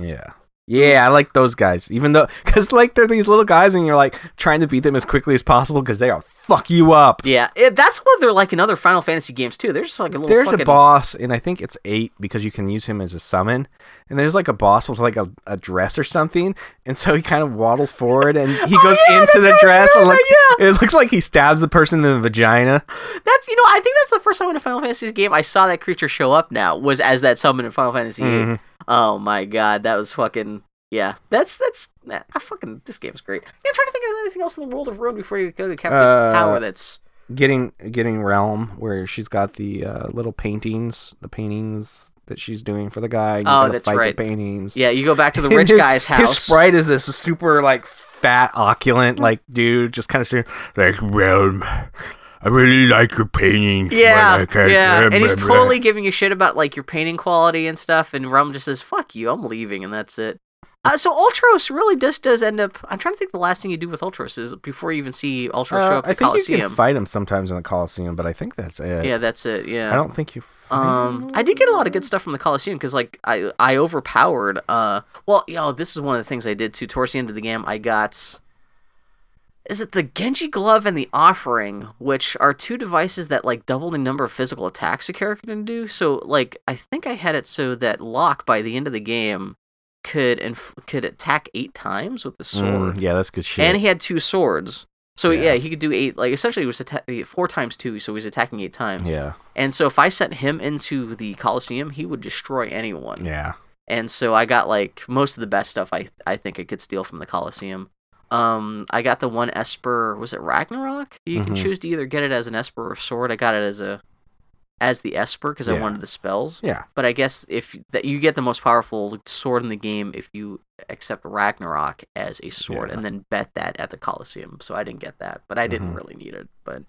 yeah. Yeah, I like those guys. Even though, because like they're these little guys, and you're like trying to beat them as quickly as possible because they'll fuck you up. Yeah. It, that's what they're like in other Final Fantasy games too. They're just like a little. there's fucking, a boss and i think it's eight because you can use him as a summon and there's like a boss with like a, a dress or something and so he kind of waddles forward and he Oh, goes yeah, into that's the right, dress and remember, like it looks like he stabs the person in the vagina That's you know I think that's the first time in a Final Fantasy game I saw that creature show up. Now was as that summon in Final Fantasy. VIII. Mhm. Oh my god, that was fucking yeah. That's that's nah, I fucking this game's great. Yeah, I'm trying to think of anything else in the world of Ruin before you go to Kafka's Uh, Tower. That's getting getting realm where she's got the uh, little paintings the paintings that she's doing for the guy you Oh, gotta that's fight right. the paintings yeah. You go back to the And rich his- guy's house. His sprite is this super like fat, opulent, like dude, just kind of sitting like realm. I really like your paintings. but yeah, I can't- yeah, and he's blah, blah, blah." totally giving you shit about like your painting quality and stuff. And Rum just says, "Fuck you, I'm leaving," and that's it. Uh, so Ultros really just does end up. I'm trying to think. The last thing you do with Ultros is before you even see Ultros show Uh, up at I the think you can Coliseum. fight him sometimes in the Coliseum, but I think that's it. yeah, that's it. Yeah, I don't think you. Um, I did get a lot of good stuff from the Coliseum because, like, I I overpowered. Uh, well, yo, this is one of the things I did too. Towards the end of the game, I got. Is it the Genji Glove and the Offering, which are two devices that like double the number of physical attacks a character can do? So, like, I think I had it so that Locke by the end of the game could inf- could attack eight times with the sword, Mm, yeah, that's good shit. and he had two swords. So yeah, Yeah. he could do eight. Like essentially, he was atta- four times two, so he was attacking eight times. yeah, And so if I sent him into the Coliseum, he would destroy anyone. yeah. And so I got like most of the best stuff I I think I could steal from the Coliseum. Um, I got the one Esper. Was it Ragnarok? You can Mhm. choose to either get it as an Esper or sword. I got it as a as the Esper because I Yeah. wanted the spells. Yeah. But I guess if that you get the most powerful sword in the game if you accept Ragnarok as a sword Yeah. and then bet that at the Coliseum. So I didn't get that, but I didn't Mhm. really need it. But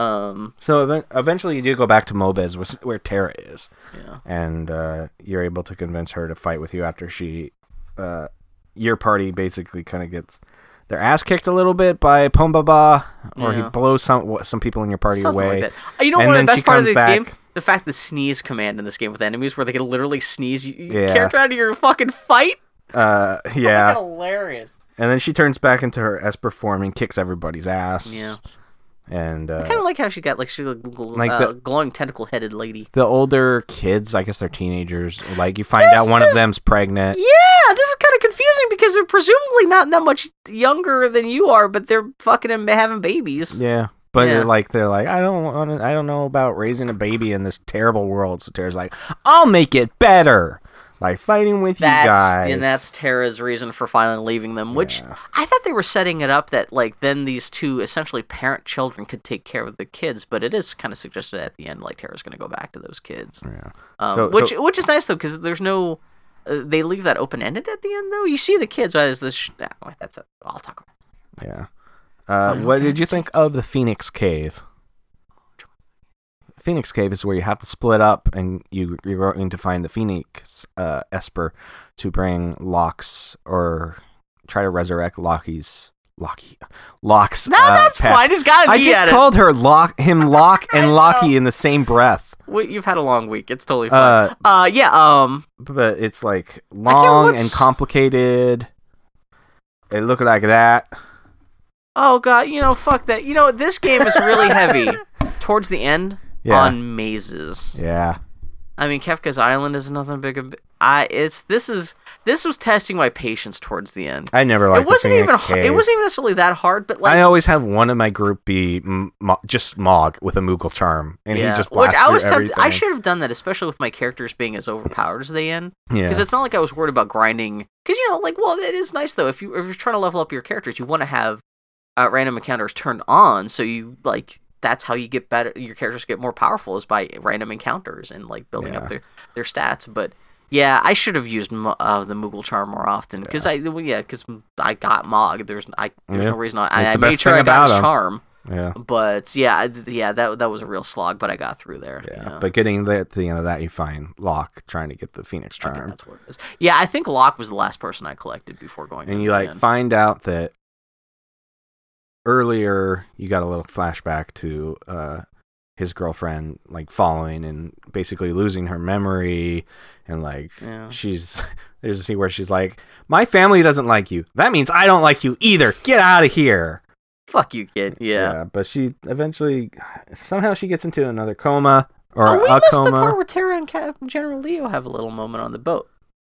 um, So even- eventually, you do go back to Mobez, which- where Terra is, yeah. and uh, you're able to convince her to fight with you after she, uh, your party basically kind of gets their ass kicked a little bit by Pombaba, or he Yeah. blows some wha- some people in your party Something away. like that. Uh, You know And one of then the she best part of comes this back. game? The fact the sneeze command in this game with enemies where they can literally sneeze you, you Yeah. character out of your fucking fight? Uh, yeah, Fucking hilarious. and then she turns back into her Esper form and kicks everybody's ass. Yeah. and I kind uh, of like how she got like she looked gl- Like uh, the- glowing tentacle headed lady. the older kids, I guess they're teenagers. Like you find out This one of is- them's pregnant. Yeah, this is kind of confusing because they're presumably not that much younger than you are, but they're fucking and having babies. Yeah, But Yeah. like they're like, I don't want, I don't know about raising a baby in this terrible world. So Tara's like, I'll make it better by fighting with you That's guys. and that's Tara's reason for finally leaving them, which I thought they were setting it up that like then these two essentially parent children could take care of the kids, but it is kind of suggested at the end like Tara's going to go back to those kids. Yeah. Um, Mm. So- which so- which is nice though because there's no uh, they leave that open ended at the end though. You see the kids right, as this sh- ah, wait, that's a, I'll talk about. yeah. Uh, Final what did you Fantasy. think of the Phoenix Cave? Phoenix Cave is where you have to split up, and you you're going to find the Phoenix uh, Esper to bring Locke's or try to resurrect Lockie's Lockie Locke's. No, uh, that's path. fine. It's got to be I just at called her Lock, him Lock, I and know. Lockie in the same breath. it. Wait, You've had a long week. It's totally fine. Uh, yeah. Um. but it's like can't- long and what's- complicated. It looked like that. Oh god. You know. Fuck that. You know. This game is really heavy towards the end Yeah. on mazes. Yeah, I mean, Kefka's Island is nothing big. a- I it's this is this was testing my patience towards the end. I never liked. it wasn't the even Phoenix har- Cave. it wasn't even necessarily that hard, but like I always have one of my group be m- mo- just Mog with a Moogle charm, and he just which blasts I was through tempted. I everything. should have done that, especially with my characters being as overpowered as they end, Yeah. because it's not like I was worried about grinding. Because you know, like, well, it is nice though. If you if you're trying to level up your characters, you want to have uh, random encounters turned on, so you like that's how you get better. Your characters get more powerful is by random encounters and like building Yeah. up their their stats, but. Yeah, I should have used Mo- uh, the Moogle charm more often because I well, yeah because I got Mog. There's I there's Yeah. no reason not. I, It's I the made best sure thing I got his about 'em. charm yeah, but yeah, I- th- yeah, that that was a real slog, but I got through there. yeah, you know. But getting there at the end of that, you find Locke trying to get the Phoenix I think charm, that's what it is. Yeah, I think Locke was the last person I collected before going. and to you the like end. find out that earlier you got a little flashback to uh, his girlfriend like following and basically losing her memory, and like Yeah. she's there's a scene where she's like, "My family doesn't like you. That means I don't like you either. Get out of here." Fuck you, kid. Yeah. but she eventually somehow she gets into another coma or oh, we a missed the part coma. where Tara and Cap- General Leo have a little moment on the boat.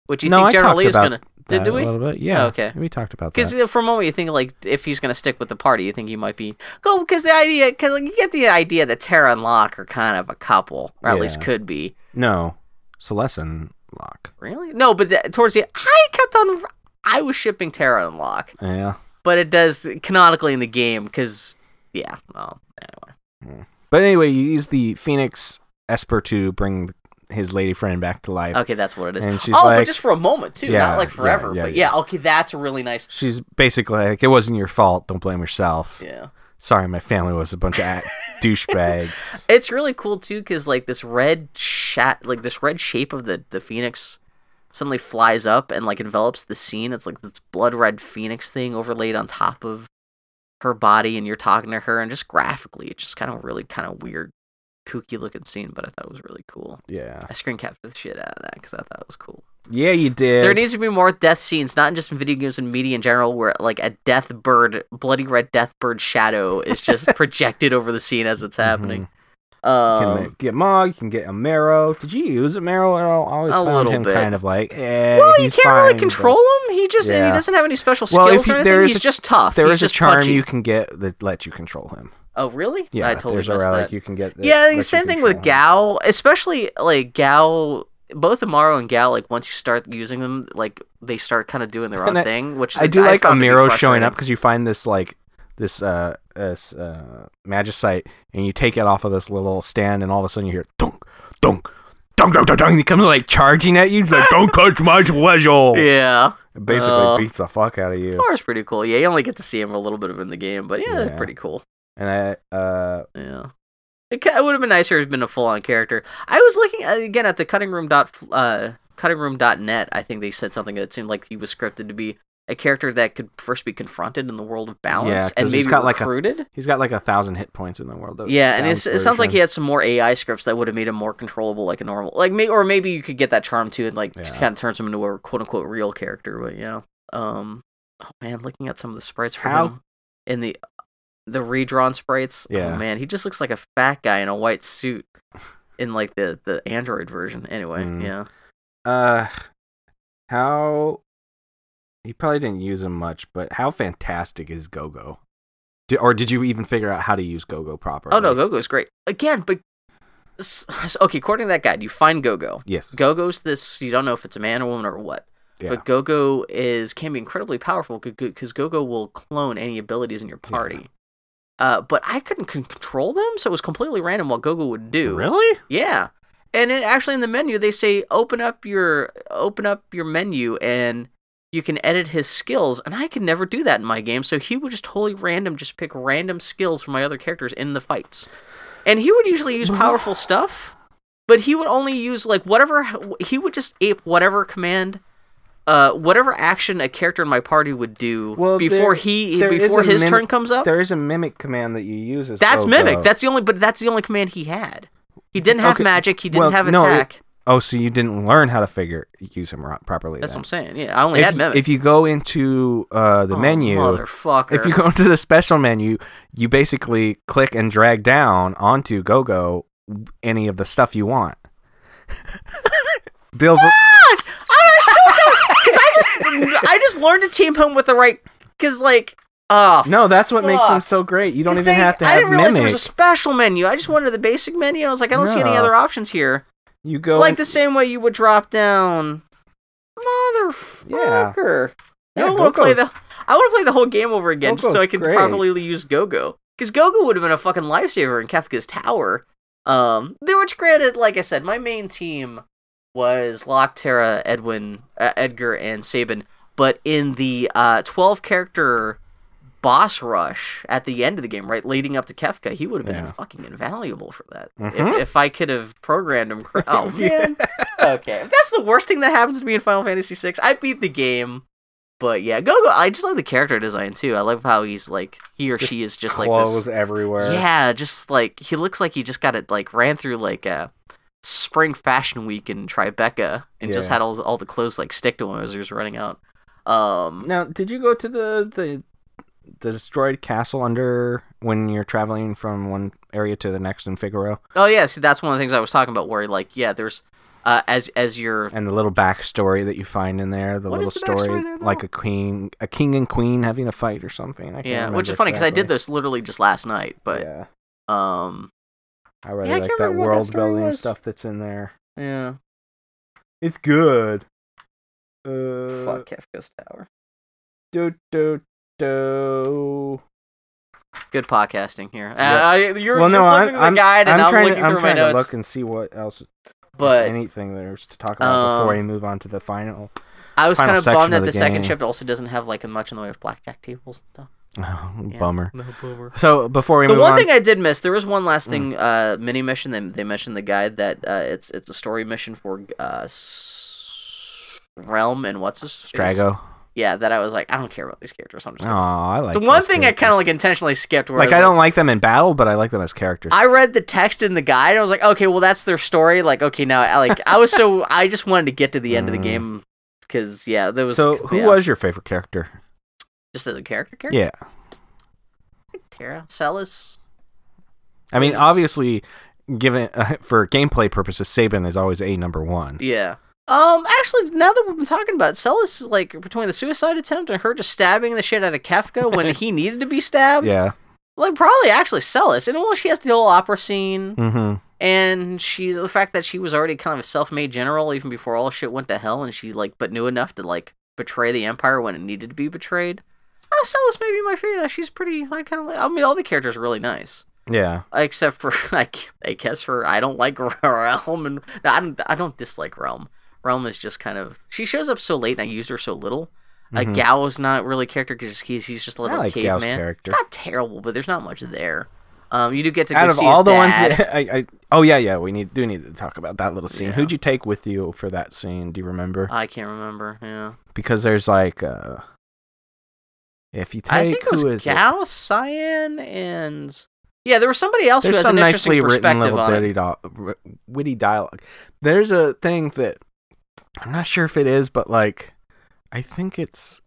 Which you No, think I General talked Leo's about gonna? Did, That did Uh, A we? little bit, yeah. Oh, okay. we talked about Because that. for a moment you think like if he's gonna stick with the party, you think he might be go because the idea because like, you get the idea that Tara and Locke are kind of a couple, or at least Yeah. could be. No, Celeste and Locke. Really? No, but the, towards the I kept on. I was shipping Tara and Locke. Yeah, but it does canonically in the game because yeah well anyway but anyway, you use the Phoenix Esper to bring his lady friend back to life. okay that's what it is And she's oh but like- just for a moment too Yeah, not like yeah, forever yeah, but yeah. yeah. okay that's a really nice She's basically like, "It wasn't your fault. Don't blame yourself. yeah Sorry, my family was a bunch of a- douchebags." it's really cool too because like this red shat like this red shape of the the phoenix suddenly flies up and like envelops the scene it's like this blood red phoenix thing overlaid on top of her body and you're talking to her and just graphically it's just kind of really kind of weird kooky looking scene but i thought it was really cool Yeah. i screen captured the shit out of that because i thought it was cool Yeah, you did. There needs to be more death scenes, not just in video games and media in general, where like a death bird, bloody red death bird shadow is just projected over the scene as it's happening. Mm-hmm. You can Um, ma- get Mog, you can get Amaro. Did you use Amaro at all? I always A found little him bit. kind of like, eh, well, you he's can't fine, really but- control him. He just Yeah. he doesn't have any special Well, skills if you- or there anything. He's is a- just tough. There He's is a just charm punchy. you can get that lets you control him. Oh, really? Yeah, I totally there's missed a relic that. you can get. That yeah, lets you the same thing with Gao, control him. especially like Gao. Both Amaro and Gao, like once you start using them, like they start kind of doing their own And I- thing. Which I do like found to be Amaro showing frustrating. up because you find this like this uh this uh magicite and you take it off of this little stand and all of a sudden you hear dunk dunk dunk dunk dunk, dunk. and He comes like charging at you like don't touch my treasure. Yeah. It basically Oh. beats the fuck out of you. Laura's pretty cool. Yeah, you only get to see him a little bit of in the game, but yeah, it's Yeah. pretty cool. And I uh Yeah. It, ca- it would have been nicer if it had been a full on character. I was looking uh, again at the cutting room dot f- uh, cuttingroom.net. I think they said something that seemed like he was scripted to be a character that could first be confronted in the world of balance Yeah, 'cause and he's maybe got like a- recruited. He's got like a thousand hit points in the world. Of yeah, and it's, Bounce it sounds like he version. had some more AI scripts that would have made him more controllable, like a normal, like may, or maybe you could get that charm too, and like just Yeah. kind of turns him into a quote unquote real character. But yeah, um, oh man, looking at some of the sprites for How- him in the the redrawn sprites, Yeah. oh man, he just looks like a fat guy in a white suit in like the the Android version. Anyway, Mm. yeah, Uh, how he probably didn't use him much, but how fantastic is Gogo? Di- or did you even figure out how to use Go Go properly? Oh no, Gogo's great again. But s- s- okay, according to that guide, you find Gogo. Yes. Gogo's this. You don't know if it's a man or woman or what. Yeah. But Gogo is can be incredibly powerful because Gogo will clone any abilities in your party. Uh, but I couldn't con- control them, so it was completely random what Gogo would do. Really? Yeah. And it, actually, in the menu, they say open up your open up your menu, and you can edit his skills. And I could never do that in my game, so he would just totally random, just pick random skills from my other characters in the fights. And he would usually use powerful stuff, but he would only use like whatever he would just ape whatever command. Uh, whatever action a character in my party would do Well, before there- he there is before a his mim- turn comes up, There is a mimic command that you use as that's Go-Go. mimic. That's the only, but that's the only command he had. He didn't have Okay, magic. He didn't well, have no, it- attack. Oh, so you didn't learn how to figure use him ro- properly. that's what then. I'm saying. Yeah, I only if, had mimic. if you go into uh, the Oh, menu, motherfucker. if you go into the special menu, you basically click and drag down onto GoGo any of the stuff you want. Bill's Fuck! I still don't because I just I just learned to team him with the right because like oh No, that's what makes him Fuck. so great. You don't 'cause even they- have to I have didn't mimic. realize there was a special menu. I just went to the basic menu. and I was like, I don't see any No. other options here. You go like in- the same way you would drop down, motherfucker. Yeah, I want to play Gogo's- the I want to play the whole game over again just so Gogo's I can great. properly use Gogo because Gogo would have been a fucking lifesaver in Kafka's Tower. Um, though which granted, like I said, my main team was Locke, Terra, Edwin, uh, Edgar, and Sabin. But in the uh, twelve character boss rush at the end of the game, right leading up to Kefka, he would have been Yeah. fucking invaluable for that. Mhm. If, Mm-hmm. if I could have programmed him, cor- oh man. okay, if that's the worst thing that happens to me in Final Fantasy VI. I beat the game, but yeah, Gogo. I just love the character design too. I love how he's like he or Just she is just like clothes this. everywhere. Yeah, just like he looks like he just got it like ran through like a spring fashion week in Tribeca and just Yeah. had all all the clothes like stick to him as he was running out. Um, Now, did you go to the, the the destroyed castle under when you're traveling from one area to the next in Figaro, Oh yeah, see that's one of the things I was talking about where like yeah, there's uh as as you're and the little backstory that you find in there, the What is little the backstory story, there, though? like a queen, a king and queen having a fight or something. I yeah, which is funny because I did this literally just last night, but yeah, um I really Yeah, I like can't that remember what that world story building was. stuff that's in there. yeah, It's good. Uh, fuck Kefka's Tower. Do do do. Good podcasting here. Yeah. Uh, I, you're, Well, you're no, I'm- flipping the guide and I'm, I'm trying, looking to, I'm through my trying to notes, look and see what else, but anything there's to talk about before Um, we move on to the final. I was final kind of section bummed that of the, the second game. chapter also doesn't have like much in the way of blackjack tables and stuff. Oh, Yeah. Bummer. No boomer. So before we The move one on, thing I did miss, there was one last thing, uh, mini mission. They, they mentioned in the guide that uh, it's it's a story mission for uh, s- Realm and what's his face? Strago. yeah, that I was like, I don't care about these characters. I'm just. Oh, Gonna... I like. It's the one those thing I characters. kind of like intentionally skipped. Where like. was I don't like them in battle, but I like them as characters. I read the text in the guide. I was like, okay, well, that's their story. Like, okay, now, I like, I was so I just wanted to get to the end of the Mm. game because yeah, there was so who yeah, was your favorite character? just as a character character Yeah, Tara Celis. I mean, Yes. obviously, given uh, for gameplay purposes, Saban is always a number one. Yeah. Um, actually, now that we've been talking about it, Celis, like between the suicide attempt and her just stabbing the shit out of Kefka when he needed to be stabbed, Yeah. like probably actually Celis. And well, she has the whole opera scene. Mm-hmm. and she's the fact that she was already kind of a self-made general even before all shit went to hell and she like but knew enough to like betray the empire when it needed to be betrayed uh, Celis may be my favorite. She's pretty. I kind of like. I mean, all the characters are really nice, Yeah. except for like I guess for I don't like Realm, and no, I don't. I don't dislike Realm. Realm is just kind of. She shows up so late, and I used her so little. Like Mhm. Gao's not really a character because he's he's just a I little like Gao's caveman. character. It's not terrible, but there's not much there. Um, you do get to go Out of see all his the ones dad. that I, I, oh yeah, yeah, we need do need to talk about that little scene. Yeah. Who'd you take with you for that scene? Do you remember? I can't remember. Yeah. because there's like, uh, if you take I think it was who is it? Gao, Cyan, and yeah, there was somebody else who There's has some an nicely interesting written perspective little on it. dirty do- ri- witty dialogue. There's a thing that I'm not sure if it is, but like I think it's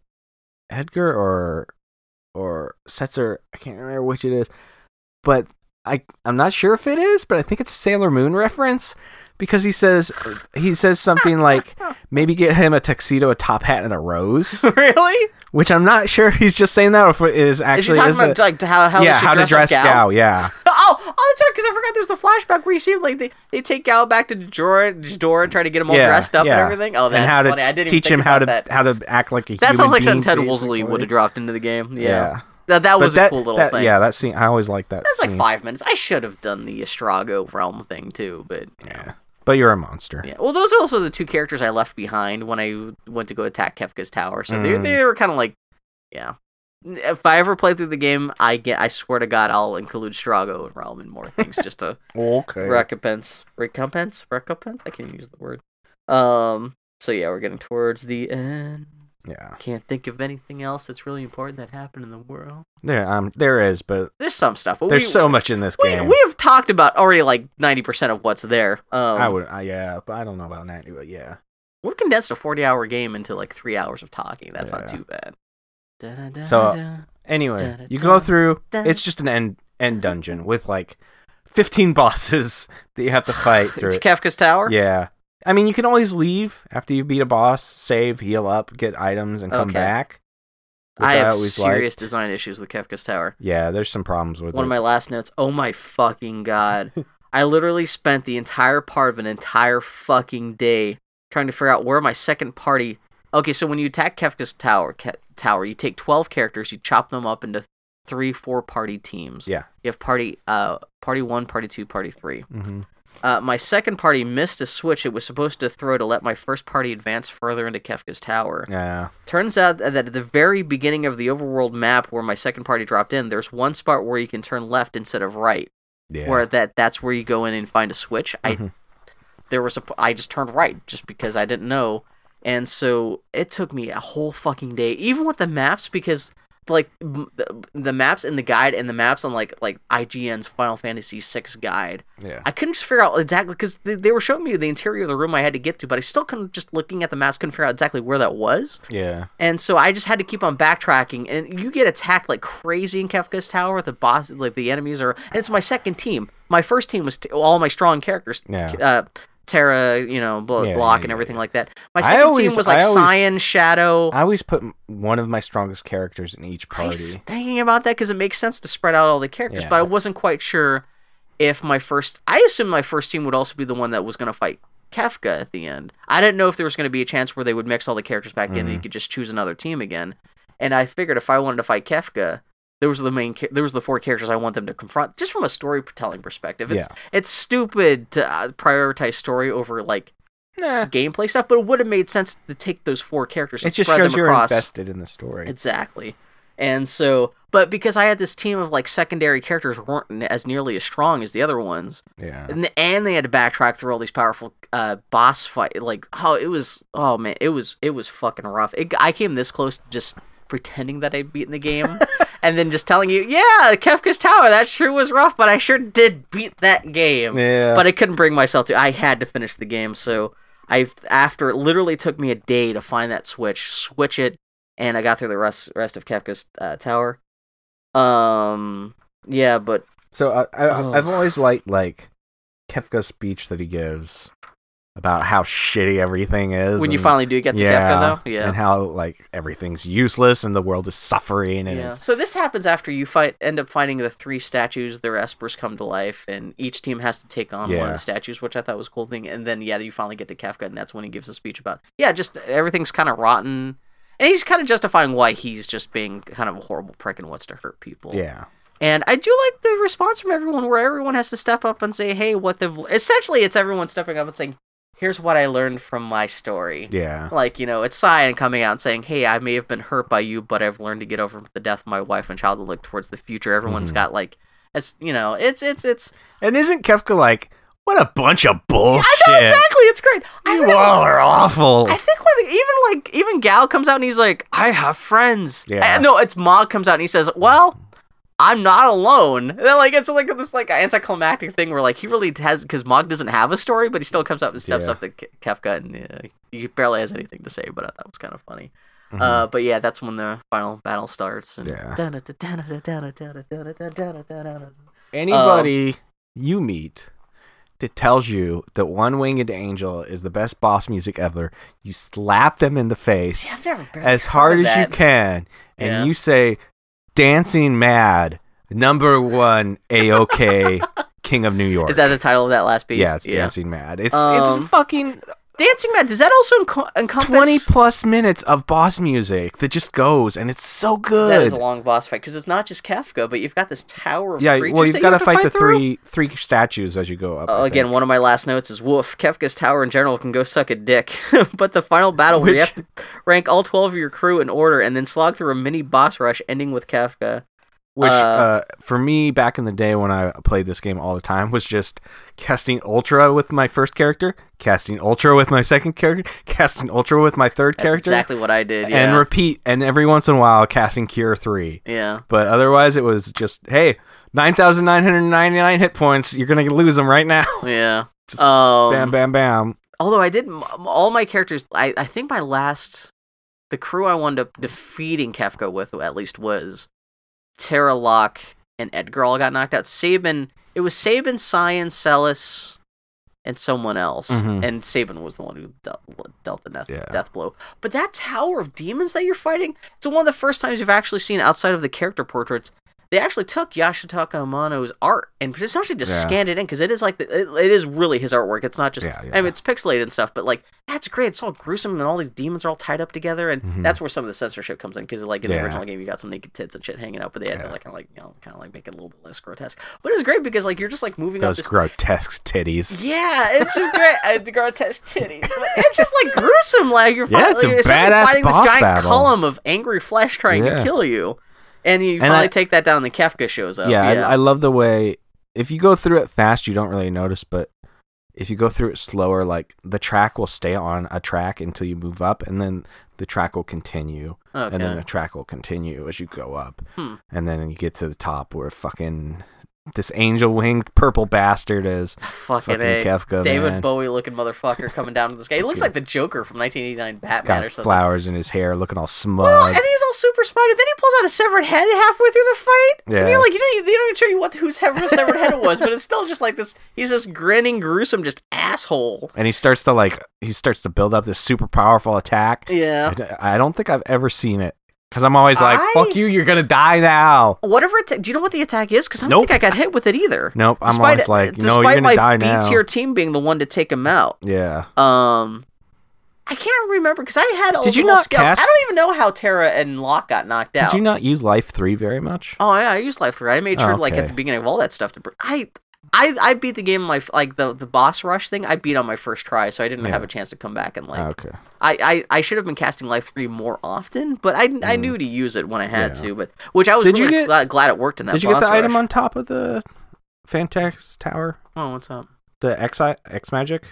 Edgar or or Setzer. I can't remember which it is, but I I'm not sure if it is, but I think it's a Sailor Moon reference because he says he says something like maybe get him a tuxedo, a top hat, and a rose, really? which I'm not sure if he's just saying that or if it is Is he actually talking is about a, like how how yeah they should how to dress, dress like, Gao, yeah. Oh, oh, that's right. Because I forgot there's the flashback where you see him like they, they take Gal back to Jorah, Jorah and try to get him all yeah, dressed up and yeah. everything. Oh, that's and how funny. to I didn't even teach think him how about to that. how to act like a That human sounds like something being, Ted Wolseley basically. would have dropped into the game. Yeah. Yeah. That, that But was that- a cool little that- thing. Yeah, Hmm. that scene. I always like that. That's like scene. five minutes. I should have done the Estrago realm thing too, but But you're a monster. yeah. Well, those are also the two characters I left behind when I went to go attack Kefka's tower. So Mm. they they were kind of like, yeah. If I ever play through the game, I get. I swear to God, I'll include Strago and Realm and more things just to Okay. recompense, recompense, recompense. I can't use the word. Um. So yeah, we're getting towards the end. Yeah. Can't think of anything else that's really important that happened in the world. There um there is, but There's some stuff, but there's we, so much in this we game. we have talked about already like ninety percent of what's there. Um, I would, I, yeah, but I don't know about that. But yeah, We've condensed a forty-hour game into like three hours of talking. That's not Yeah. too bad. So, Dun-dun-dun-dun. Anyway, Dun, you dun, go through. dun. It's just an end end dungeon with like 15 bosses that you have to fight through. it's it. Kafka's Tower. Yeah, I mean you can always leave after you beat a boss, save, heal up, get items, and come Okay. back. which I have always serious liked. design issues with Kafka's Tower. Yeah, there's some problems with One it. of my last notes. Oh my fucking god! I literally spent the entire part of an entire fucking day trying to figure out where my second party. Okay, so when you attack Kefka's tower, Ke- tower, you take twelve characters, you chop them up into three, four party teams. Yeah. you have party, uh, party one, party two, party three. hmm Uh, my second party missed a switch it was supposed to throw to let my first party advance further into Kefka's tower. Yeah, Turns out that at the very beginning of the overworld map where my second party dropped in, there's one spot where you can turn left instead of right yeah. where that that's where you go in and find a switch. I Mhm. there was a p- I just turned right just because I didn't know, and so it took me a whole fucking day, even with the maps because like m- the, the maps in the guide and the maps on like like IGN's Final Fantasy VI guide. yeah. I couldn't just figure out exactly because they, they were showing me the interior of the room I had to get to, but I still couldn't just looking at the maps couldn't figure out exactly where that was. Yeah. And so I just had to keep on backtracking, and you get attacked like crazy in Kefka's tower. The boss, like the enemies are, and it's my second team. My first team was t- all my strong characters. Yeah. Uh, Terra, you know, blo- Yeah, block yeah, and yeah, everything like that. My I second always- team was like I always- Cyan, Shadow. I always put m- one of my strongest characters in each I party. was thinking about that because it makes sense to spread out all the characters, Yeah. but I wasn't quite sure if my first. I assumed my first team would also be the one that was going to fight Kefka at the end. I didn't know if there was going to be a chance where they would mix all the characters back in and you Mm-hmm. could just choose another team again. And I figured if I wanted to fight Kefka, those are the main. cha- Those are the four characters I want them to confront, just from a storytelling perspective. It's it's stupid to uh, prioritize story over like Nah, gameplay stuff, but it would have made sense to take those four characters. it and just spread shows them you're across. invested in the story. Exactly. And so, but because I had this team of like secondary characters weren't n- as nearly as strong as the other ones, yeah. and, and they had to backtrack through all these powerful uh, boss fight. Like, oh, it was, oh man, it was, it was fucking rough. It, I came this close to just pretending that I'd beaten the game, and then just telling you, yeah, Kefka's Tower, that sure was rough, but I sure did beat that game Yeah. but I couldn't bring myself to. I had to finish the game, so I after it literally took me a day to find that switch, switch it, and I got through the rest rest of Kefka's uh, tower. Um, yeah, but So I, I, Ugh. I've always liked like Kefka's speech that he gives about how shitty everything is. when you and- finally do get to yeah, Kefka, though, yeah, and how like everything's useless and the world is suffering and yeah. it's, So this happens after you fight, end up finding the three statues. Their espers come to life, and each team has to take on one Yeah. of the statues, which I thought was a cool thing. And then yeah, you finally get to Kafka, and that's when he gives a speech about yeah, just everything's kind of rotten, and he's kind of justifying why he's just being kind of a horrible prick and wants to hurt people. yeah, And I do like the response from everyone, where everyone has to step up and say, hey, what the essentially it's everyone stepping up and saying, here's what I learned from my story. yeah, Like, you know, it's Cyan coming out and saying, Hey, I may have been hurt by you, but I've learned to get over the death of my wife and child and look towards the future. Everyone's Mhm. got like it's you know, it's it's it's And isn't Kefka like what a bunch of bullshit? I know exactly, it's great. I You really- all are awful. I think one of the even like even Gal comes out and he's like, I have friends. Yeah. Uh, no, it's Ma comes out and he says, Well, I'm not alone. And then, like it's like this like anticlimactic thing where like he really has because Mog doesn't have a story, but he still comes up and steps Yeah. up to Ke- Kefka and uh, he barely has anything to say. But I thought it was kind of funny. Mhm. Uh, but yeah, that's when the final battle starts. And Yeah. Dun-dun-dun-dun-dun-dun-dun-dun-dun-dun-dun-dun. Anybody you meet that tells you that One Winged Angel is the best boss music ever, you slap them in the face I've never been as hard heard as of you that. can, and Yeah. you say, "Dancing Mad, number one, a okay, King of New York." Is that the title of that last piece? yeah, it's Dancing Mad. It's Um, it's fucking Dancing Mad. Does that also enco- encompass? twenty plus minutes of boss music that just goes, and it's so 'Cause good. That is a long boss fight because it's not just Kafka, but you've got this tower of yeah, creatures well, you've that got to have fight the through. three three statues as you go up. Uh, I again, think. one of my last notes is woof. Kefka's tower in general can go suck a dick, but the final battle where you Which- have to rank all twelve of your crew in order and then slog through a mini boss rush ending with Kefka. which uh, uh, for me back in the day when I played this game all the time was just casting ultra with my first character, casting ultra with my second character, casting ultra with my third That's character, exactly what I did. and yeah. repeat. And every once in a while, casting cure three. yeah. But otherwise, it was just hey, nine thousand nine hundred ninety nine hit points. You're gonna lose them right now. Yeah. Just um, bam, bam, bam. Although I did m- all my characters, I, I think my last, the crew I wound up defeating Kefka with at least was Tara Locke and Edgar all got knocked out. Sabin, it was Sabin, Cyan, Celis, and someone else. Mhm. And Sabin was the one who dealt, dealt the death, Yeah. death blow. But that Tower of Demons that you're fighting, it's one of the first times you've actually seen outside of the character portraits they actually took Yashitaka Amano's art and essentially just Yeah. scanned it in because it is like the, it, it is really his artwork. It's not just Yeah, I yeah. mean it's pixelated and stuff, but like that's great. It's all gruesome and all these demons are all tied up together, and Mhm. that's where some of the censorship comes in because like in the Yeah. original game you got some naked tits and shit hanging out, but they had to Yeah. like kind of like you know kind of like make it a little bit less grotesque. But it's great because like you're just like moving up Those this. grotesque titties. yeah, it's just great. Uh, the grotesque titties. But It's just like gruesome. Like you're, Yeah, fi- it's like, a you're essentially badass fighting this boss giant battle. column of angry flesh trying to Yeah. kill you, and you And finally I- take that down. And the Kefka shows up. yeah, I, I love the way if you go through it fast, you don't really notice, but if you go through it slower, like the track will stay on a track until you move up, and then the track will continue, Okay. and then the track will continue as you go up, Hmm. and then you get to the top where fucking this angel winged purple bastard is fucking, fucking a. Kefka, David man. Bowie looking motherfucker coming down to this guy. He looks like the Joker from 1989 He's Batman or got something. flowers in his hair, looking all smug. Well, and he's all super smug, and then he pulls out a severed head halfway through the fight. And Yeah. you're like, you don't, e, they don't even show you what whose severed, severed head it was, but it's still just like this. He's this grinning, gruesome, just asshole. and he starts to like he starts to build up this super powerful attack. Yeah. I I don't think I've ever seen it because I'm always like, I- "Fuck you, you're gonna die now." Whatever. Atta- do you know what the attack is? Because I don't Nope. think I got hit with it either. Nope, I'm Despite- always like, "No, despite you're gonna my die now." B tier team being the one to take him out. Yeah, Um, I can't remember because I had all. Did the you little not scales. cast- I don't even know how Tara and Locke got knocked out. did you not use Life Three very much? Oh yeah, I used Life Three. I made Oh, sure, like at okay. the beginning of all that stuff, to br- I, I, I beat the game my f- like the the boss rush thing. I beat on my first try, so I didn't Yeah. have a chance to come back and like. Oh, okay, I, I, I should have been casting Life Three more often, but I, I knew to use it when I had Mm. Yeah. to. But which I was Did you really get- gla- glad it worked in that. did you get boss the item rush. on top of the Fantax Tower, Oh, what's up? the X X magic,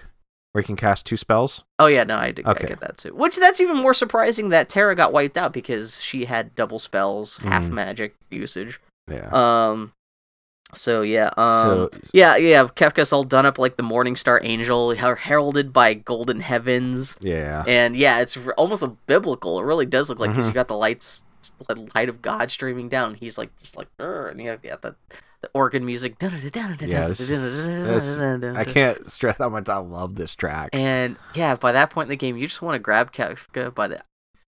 where you can cast two spells? Oh yeah, no, I did I Okay. get that too. Which that's even more surprising that Tara got wiped out because she had double spells, half Mhm. magic usage. Yeah, Um. So yeah. Um. So- yeah, yeah. Kefka's all done up like the Morning Star Angel, her- heralded by golden heavens, yeah. and yeah, it's r- almost a biblical. It really does look like because Mhm. you got the lights, the light of God streaming down. And he's like just like, "Urgh," and you have got the the organ music. Yeah, this is- this- I can't stress how much I love this track. And yeah, by that point in the game, you just want to grab Kefka by the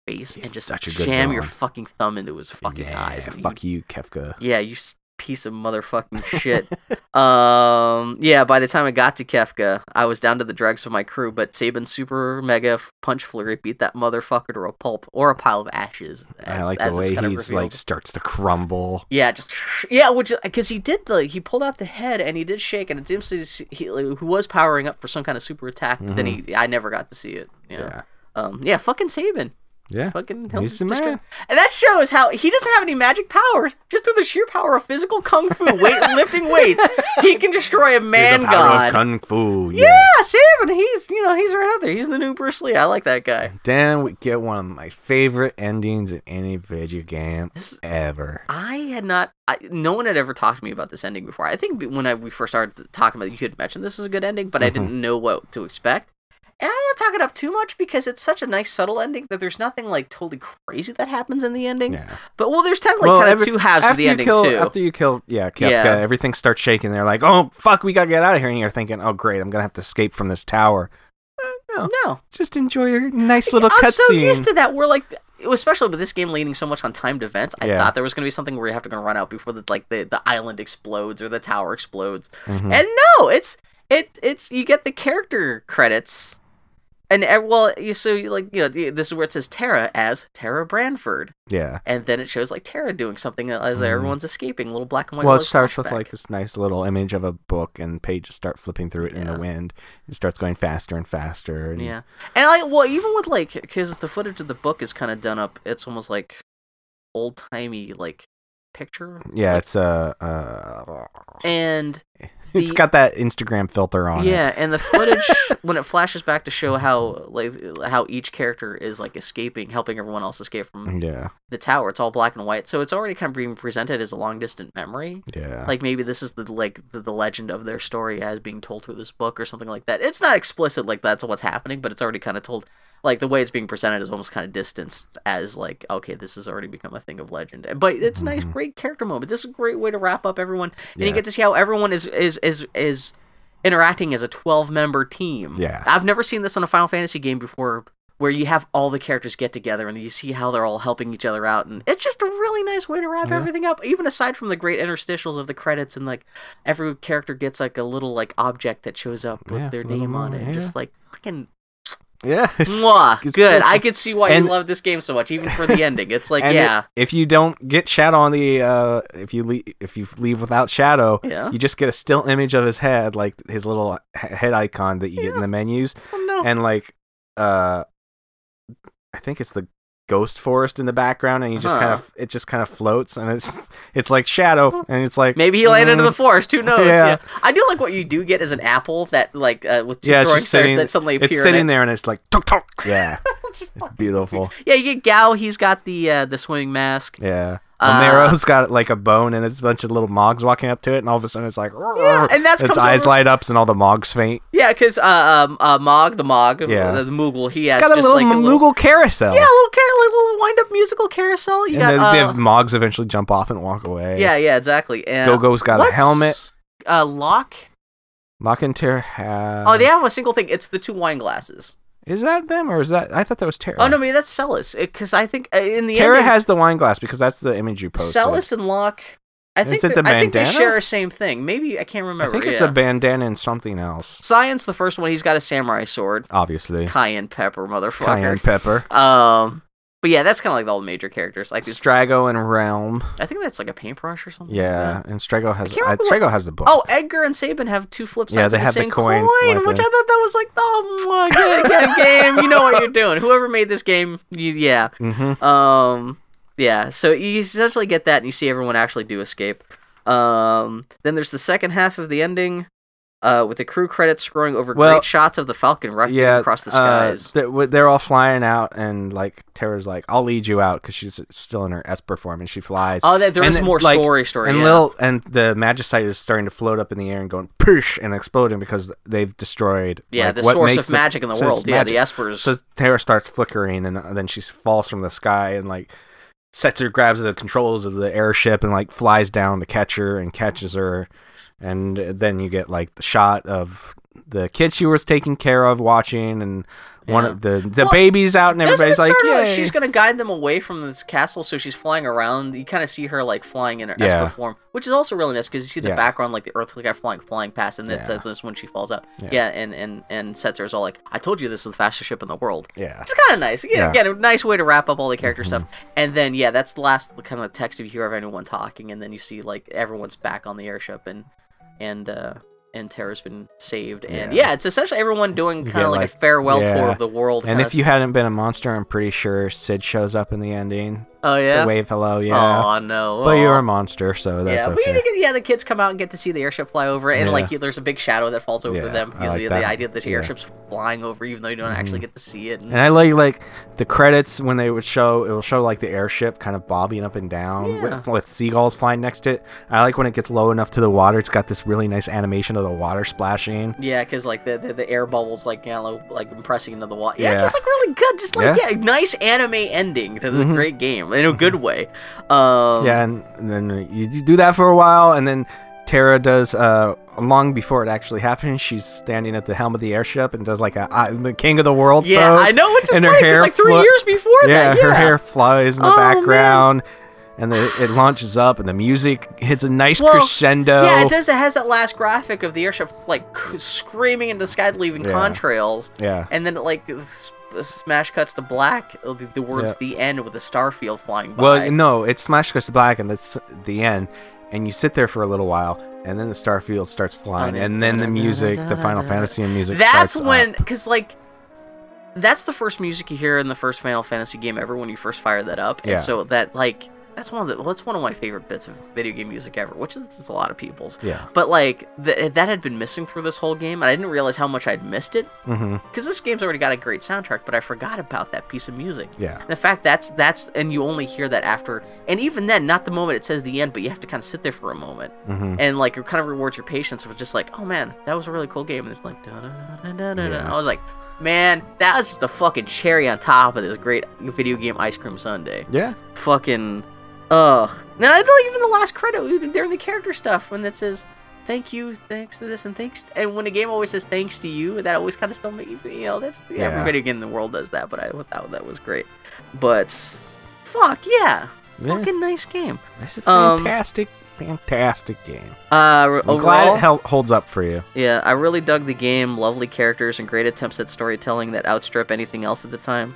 face He's and just such a good jam your villain. fucking thumb into his fucking yeah, eyes. and Fuck you, Kefka. yeah, you s- piece of motherfucking shit. um, yeah, by the time I got to Kefka, I was down to the dregs of my crew, but Sabin super mega f- punch flurry beat that motherfucker to a pulp or a pile of ashes. I as- like as the it's way kind of he's like revealed. starts to crumble. Yeah, just yeah, which because he did the he pulled out the head and he did shake and it seems to s- he who was powering up for some kind of super attack. But then he I never got to see it. Yeah, Mm-hmm. Yeah. um, yeah, fucking Sabin. Yeah. Fucking he'll He's the destroy- man. And that shows how he doesn't have any magic powers. Just through the sheer power of physical kung fu, weight lifting weights, he can destroy a man the power god. of kung fu. yeah, Sabin, he's you know he's right out there. He's the new Bruce Lee. I like that guy. Then we get one of my favorite endings in any video game This- ever. I had not. I, no one had ever talked to me about this ending before. Mm-hmm. I think when I, we first started talking about it, you had mentioned this was a good ending, but I didn't know what to expect. And I don't want to talk it up too much because it's such a nice, subtle ending that there's nothing like totally crazy that happens in the ending. Yeah. But well, there's technically Well, kind of every- two halves of after the you ending kill, too. After you kill, yeah, Kefka, Yeah. everything starts shaking. They're like, "Oh fuck, we gotta get out of here." And you're thinking, "Oh great, I'm gonna have to escape from this tower." Uh, no, no, just enjoy your nice little I'm so cutscene. used to that. We're like, especially with this game leaning so much on timed events, I Yeah. thought there was going to be something where you have to go run out before the like the, the island explodes or the tower explodes. Mhm. And no, it's it it's you get the character credits, and, and well, you so you, like you know the- this is where it says Tara as Tara Branford, yeah. and then it shows like Tara doing something as Mhm. everyone's escaping, little black and white. Well, it like, starts with flashback. like this nice little image of a book, and pages start flipping through it in Yeah. the wind. It starts going faster and faster. And Yeah, and like, well, even with like, because the footage of the book is kind of done up. It's almost like old timey like picture, yeah, it's uh, uh, and it's the- got that Instagram filter on it. yeah, and the footage when it flashes back to show how like how each character is like escaping, helping everyone else escape from Yeah, the tower. It's all black and white, so it's already kind of being presented as a long distant memory. yeah. Like maybe this is the like the, the legend of their story as being told through this book or something like that. It's not explicit like that's what's happening, but it's already kind of told. Like the way it's being presented is almost kind of distanced as like okay, this has already become a thing of legend. But it's a nice, Mhm. great character moment. This is a great way to wrap up everyone, and Yeah. you get to see how everyone is is is is interacting as a twelve member team. Yeah. I've never seen this on a Final Fantasy game before. Where you have all the characters get together and you see how they're all helping each other out, and it's just a really nice way to wrap Yeah. everything up. Even aside from the great interstitials of the credits and like every character gets like a little like object that shows up with Yeah, their little name on it, moment, and yeah. just like fucking yeah. it's- mwah, it's good. I beautiful. could see why And- you love this game so much, even for the ending. It's like And it- yeah, if you don't get shadow on the uh if you leave if you leave without shadow yeah. you just get a still image of his head like his little he- head icon that you get in the menus Oh, no. and like uh i think it's the ghost forest in the background and you just kind Huh. of it just kind of floats and it's it's like shadow and it's like Maybe he landed in mm, the forest. Who knows? Yeah. Yeah. I do like what you do get is an apple that like uh, with two Yeah, it's throwing just stars sitting- that suddenly appear. it's in sitting it. there and it's like tuk tuk yeah It's just fucking- beautiful yeah, you get Gao. He's got the uh, the swimming mask. yeah Uh, Omero's got like a bone, and there's a bunch of little mogs walking up to it, and all of a sudden it's like, Yeah, and that's its comes eyes over- light up, and all the mogs faint. Yeah, because uh, um, uh, Mog the Mog, Yeah. the, the Moogle, he has got a just little like a Moogle little carousel. Yeah, a little car- little wind up musical carousel. You and got then uh, the Mogs eventually jump off and walk away. yeah, yeah, exactly. And Gogo's got a what's, helmet. Uh, lock. Lockenter has. oh, they have a single thing. It's the two wine glasses. Is that them or is that? I thought that was Terra. Oh no, maybe that's Celis. Because I think uh, in the Terra ending, has the wine glass because that's the image you posted. Celis and Locke. I Is think it they're- the I think they bandana? share the same thing. Maybe I can't I remember. think it's yeah. a bandana and something else. Science, the first one, he's got a samurai sword, Obviously, cayenne pepper, motherfucker. cayenne pepper, Um, but yeah, that's kind of like all the major characters. Like, these- Strago and Realm. I think that's like a paintbrush or something. like that. Yeah, and Strago has. I can't I remember Strago has the book. Oh, Edgar and Saban have two flip sides Yeah, of they the have the same coin coin, flip, which I yeah. thought that was like, oh, mwah, good, good game. You know what you're doing. Whoever made this game, you, yeah. hmm Um, yeah. So you essentially get that, and you see everyone actually do escape. Um, then there's the second half of the ending, uh, with the crew credits scrolling over Well, great shots of the Falcon wrecking Yeah, across the uh, skies. they're, w- they're all flying out, and like Terra's like, "I'll lead you out" because she's still in her Esper form, and she flies. oh, that there and was then, more like, story, story. and yeah. little and the magicite is starting to float up in the air and going push and exploding because they've destroyed yeah, like, the what source makes of magic in the source world. of Yeah, the magic. espers. so Terra starts flickering and then she falls from the sky and like Setzer grabs the controls of the airship and like flies down to catch her and catches her and then you get like the shot of the kid she was taking care of watching and one Yeah. of the the Well, baby's out and Doesn't everybody's it like start out yeah she's gonna guide them away from this castle, so she's flying around. You kind of see her like flying in her Yeah. Esper form, which is also really nice because you see the Yeah. background, like the Earth guy flying flying past, and then Yeah. it says this when she falls out. Yeah. Yeah, and and and Setzer is all like, "I told you this was the fastest ship in the world." yeah It's kind of nice. Again, Yeah. Mm-hmm. again, a nice way to wrap up all the character stuff. And then yeah, that's the last kind of text you hear of anyone talking, and then you see like everyone's back on the airship and and. uh and Terra's been saved, and Yeah. yeah, it's essentially everyone doing You kind get, of like, a like- farewell yeah. tour of the world. And kinda if you hadn't been a monster, I'm pretty sure Sid shows up in the ending. Oh to yeah. wave hello. Yeah, Oh no. but you're Aw. a monster, so yeah, that's we okay. need to get, yeah, the kids come out and get to see the airship fly over, it, and like you, there's a big shadow that falls over Yeah, them I because like the, that. the idea that the Yeah. Mm-hmm. airship's flying over, even though you don't actually get to see it. and- And I like like the credits when they would show it will show like the airship kind of bobbing up and down with, with seagulls flying next to it. I like when it gets low enough to the water. It's got this really nice animation of the water splashing. yeah, because like the, the the air bubbles like you know, like pressing into the water. Yeah, Yeah. just like really good, just like yeah, Yeah. Mm-hmm. nice anime ending to this great game in a good way. Um, Yeah, and, and then you, you do that for a while, and then Tara does uh long before it actually happens. She's standing at the helm of the airship and does like a I'm the king of the world. yeah, pose, I know which is and and her hair like three flo- years before yeah, that. Yeah, her hair flies in the Oh, man. background. And the, it launches up, and the music hits a nice Well, crescendo. Yeah, it does. It has that last graphic of the airship like c- screaming into the sky, leaving Yeah. contrails. Yeah. And then it like s- smash cuts to black. uh, The, the words Yeah. "the end" with a star field flying by. Well, no, it's Smash Cuts to Black, and that's the end. And you sit there for a little while, and then the starfield starts flying, dun, and then the dun, dun, music, dun, the Final dun. Fantasy and music. that's starts when, up. because like, that's the first music you hear in the first Final Fantasy game ever when you first fire that up. Yeah. And so that like that's one of the well, that's one of my favorite bits of video game music ever, which is, is a lot of people's. Yeah. But like th- that had been missing through this whole game, and I didn't realize how much I'd missed it. hmm because this game's already got a great soundtrack, but I forgot about that piece of music. Yeah. The fact that's that's and you only hear that after, and even then, not the moment it says the end, but you have to kind of sit there for a moment, Mhm. and like it kind of rewards your patience with just like, oh man, that was a really cool game, and it's like, da da da da da. Yeah. I was like, man, that was just a fucking cherry on top of this great video game ice cream sundae. Yeah. Fucking, ugh. Then I like even the last credit even during the character stuff when that says. Thank you, thanks to this, and thanks. And when a game always says thanks to you, that always kind of still makes me, you know, that's Yeah. everybody again in the world does that. But I thought that was great. But fuck yeah, Yeah. fucking nice game. That's a Um, fantastic, fantastic game. Uh, re- I'm overall, glad it held, holds up for you. yeah, I really dug the game. Lovely characters and great attempts at storytelling that outstrip anything else at the time.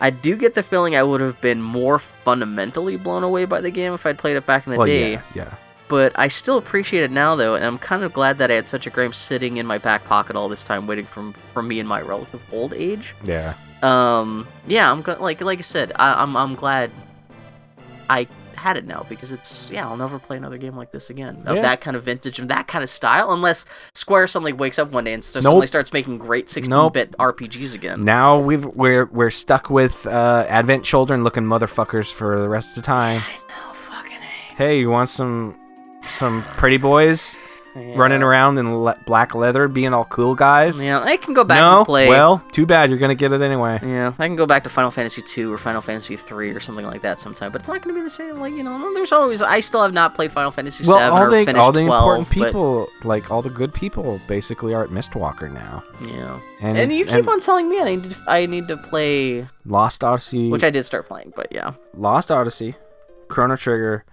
I do get the feeling I would have been more fundamentally blown away by the game if I'd played it back in the Well, day. yeah, yeah. but I still appreciate it now though, and I'm kind of glad that I had such a game sitting in my back pocket all this time, waiting from for me in my relative old age. Yeah. Um, yeah, I'm gl- like like I said, I, I'm I'm glad I had it now because it's yeah, I'll never play another game like this again of Yeah. that kind of vintage and that kind of style, unless Square suddenly wakes up one day and s- Nope. suddenly starts making great 16-bit RPGs again. Now we've we're we're stuck with uh, Advent Children looking motherfuckers for the rest of the time. No Oh, fucking A. Hey, you want some some pretty boys running around in le- black leather, being all cool guys? Yeah, I can go back no, and play. well, too bad. You're gonna get it anyway. Yeah, I can go back to Final Fantasy two or Final Fantasy three or something like that sometime, but it's not going to be the same. Like you know, there's always I still have not played Final Fantasy Well, seven all or the finished all the twelve. important people, like all the good people, basically are at Mistwalker now. but, yeah, And, and, you keep on telling me I need to, I need to play, Lost Odyssey, which I did start playing, but yeah. Lost Odyssey, Chrono Trigger,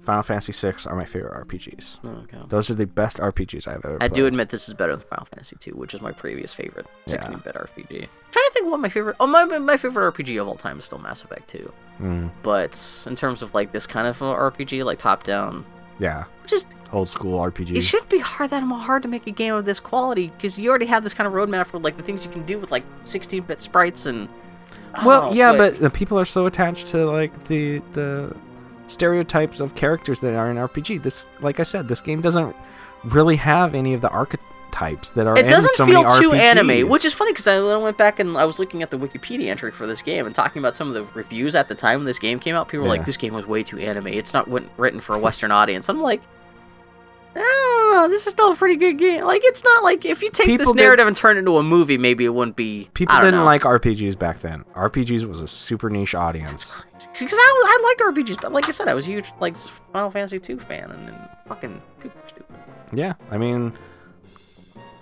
Final Fantasy VI are my favorite RPGs. Okay. Those are the best RPGs I've ever. I played. do admit this is better than Final Fantasy two, which is my previous favorite Yeah. 16-bit RPG. I'm trying to think what my favorite. Oh, my my favorite RPG of all time is still Mass Effect two, Mm, but in terms of like this kind of a RPG, like top down, yeah, just old school RPG. It shouldn't be hard that hard to make a game of this quality because you already have this kind of roadmap for like the things you can do with like 16-bit sprites and. well, Oh, yeah, but the people are so attached to like the the stereotypes of characters that are in RPG. This, like I said, this game doesn't really have any of the archetypes that are. it doesn't in so feel many too RPGs. anime, which is funny because I then went back and I was looking at the Wikipedia entry for this game and talking about some of the reviews at the time when this game came out. People were like, Yeah. "This game was way too anime. It's not wit- written for a Western audience." I'm like. I don't know. This is still a pretty good game. Like, it's not like if you take this People did- narrative and turn it into a movie, maybe it wouldn't be. people I don't didn't know. like RPGs back then. RPGs was a super niche audience. because I, I liked RPGs, but like I said, I was a huge like Final Fantasy two fan, and then fucking people are stupid. Yeah, I mean,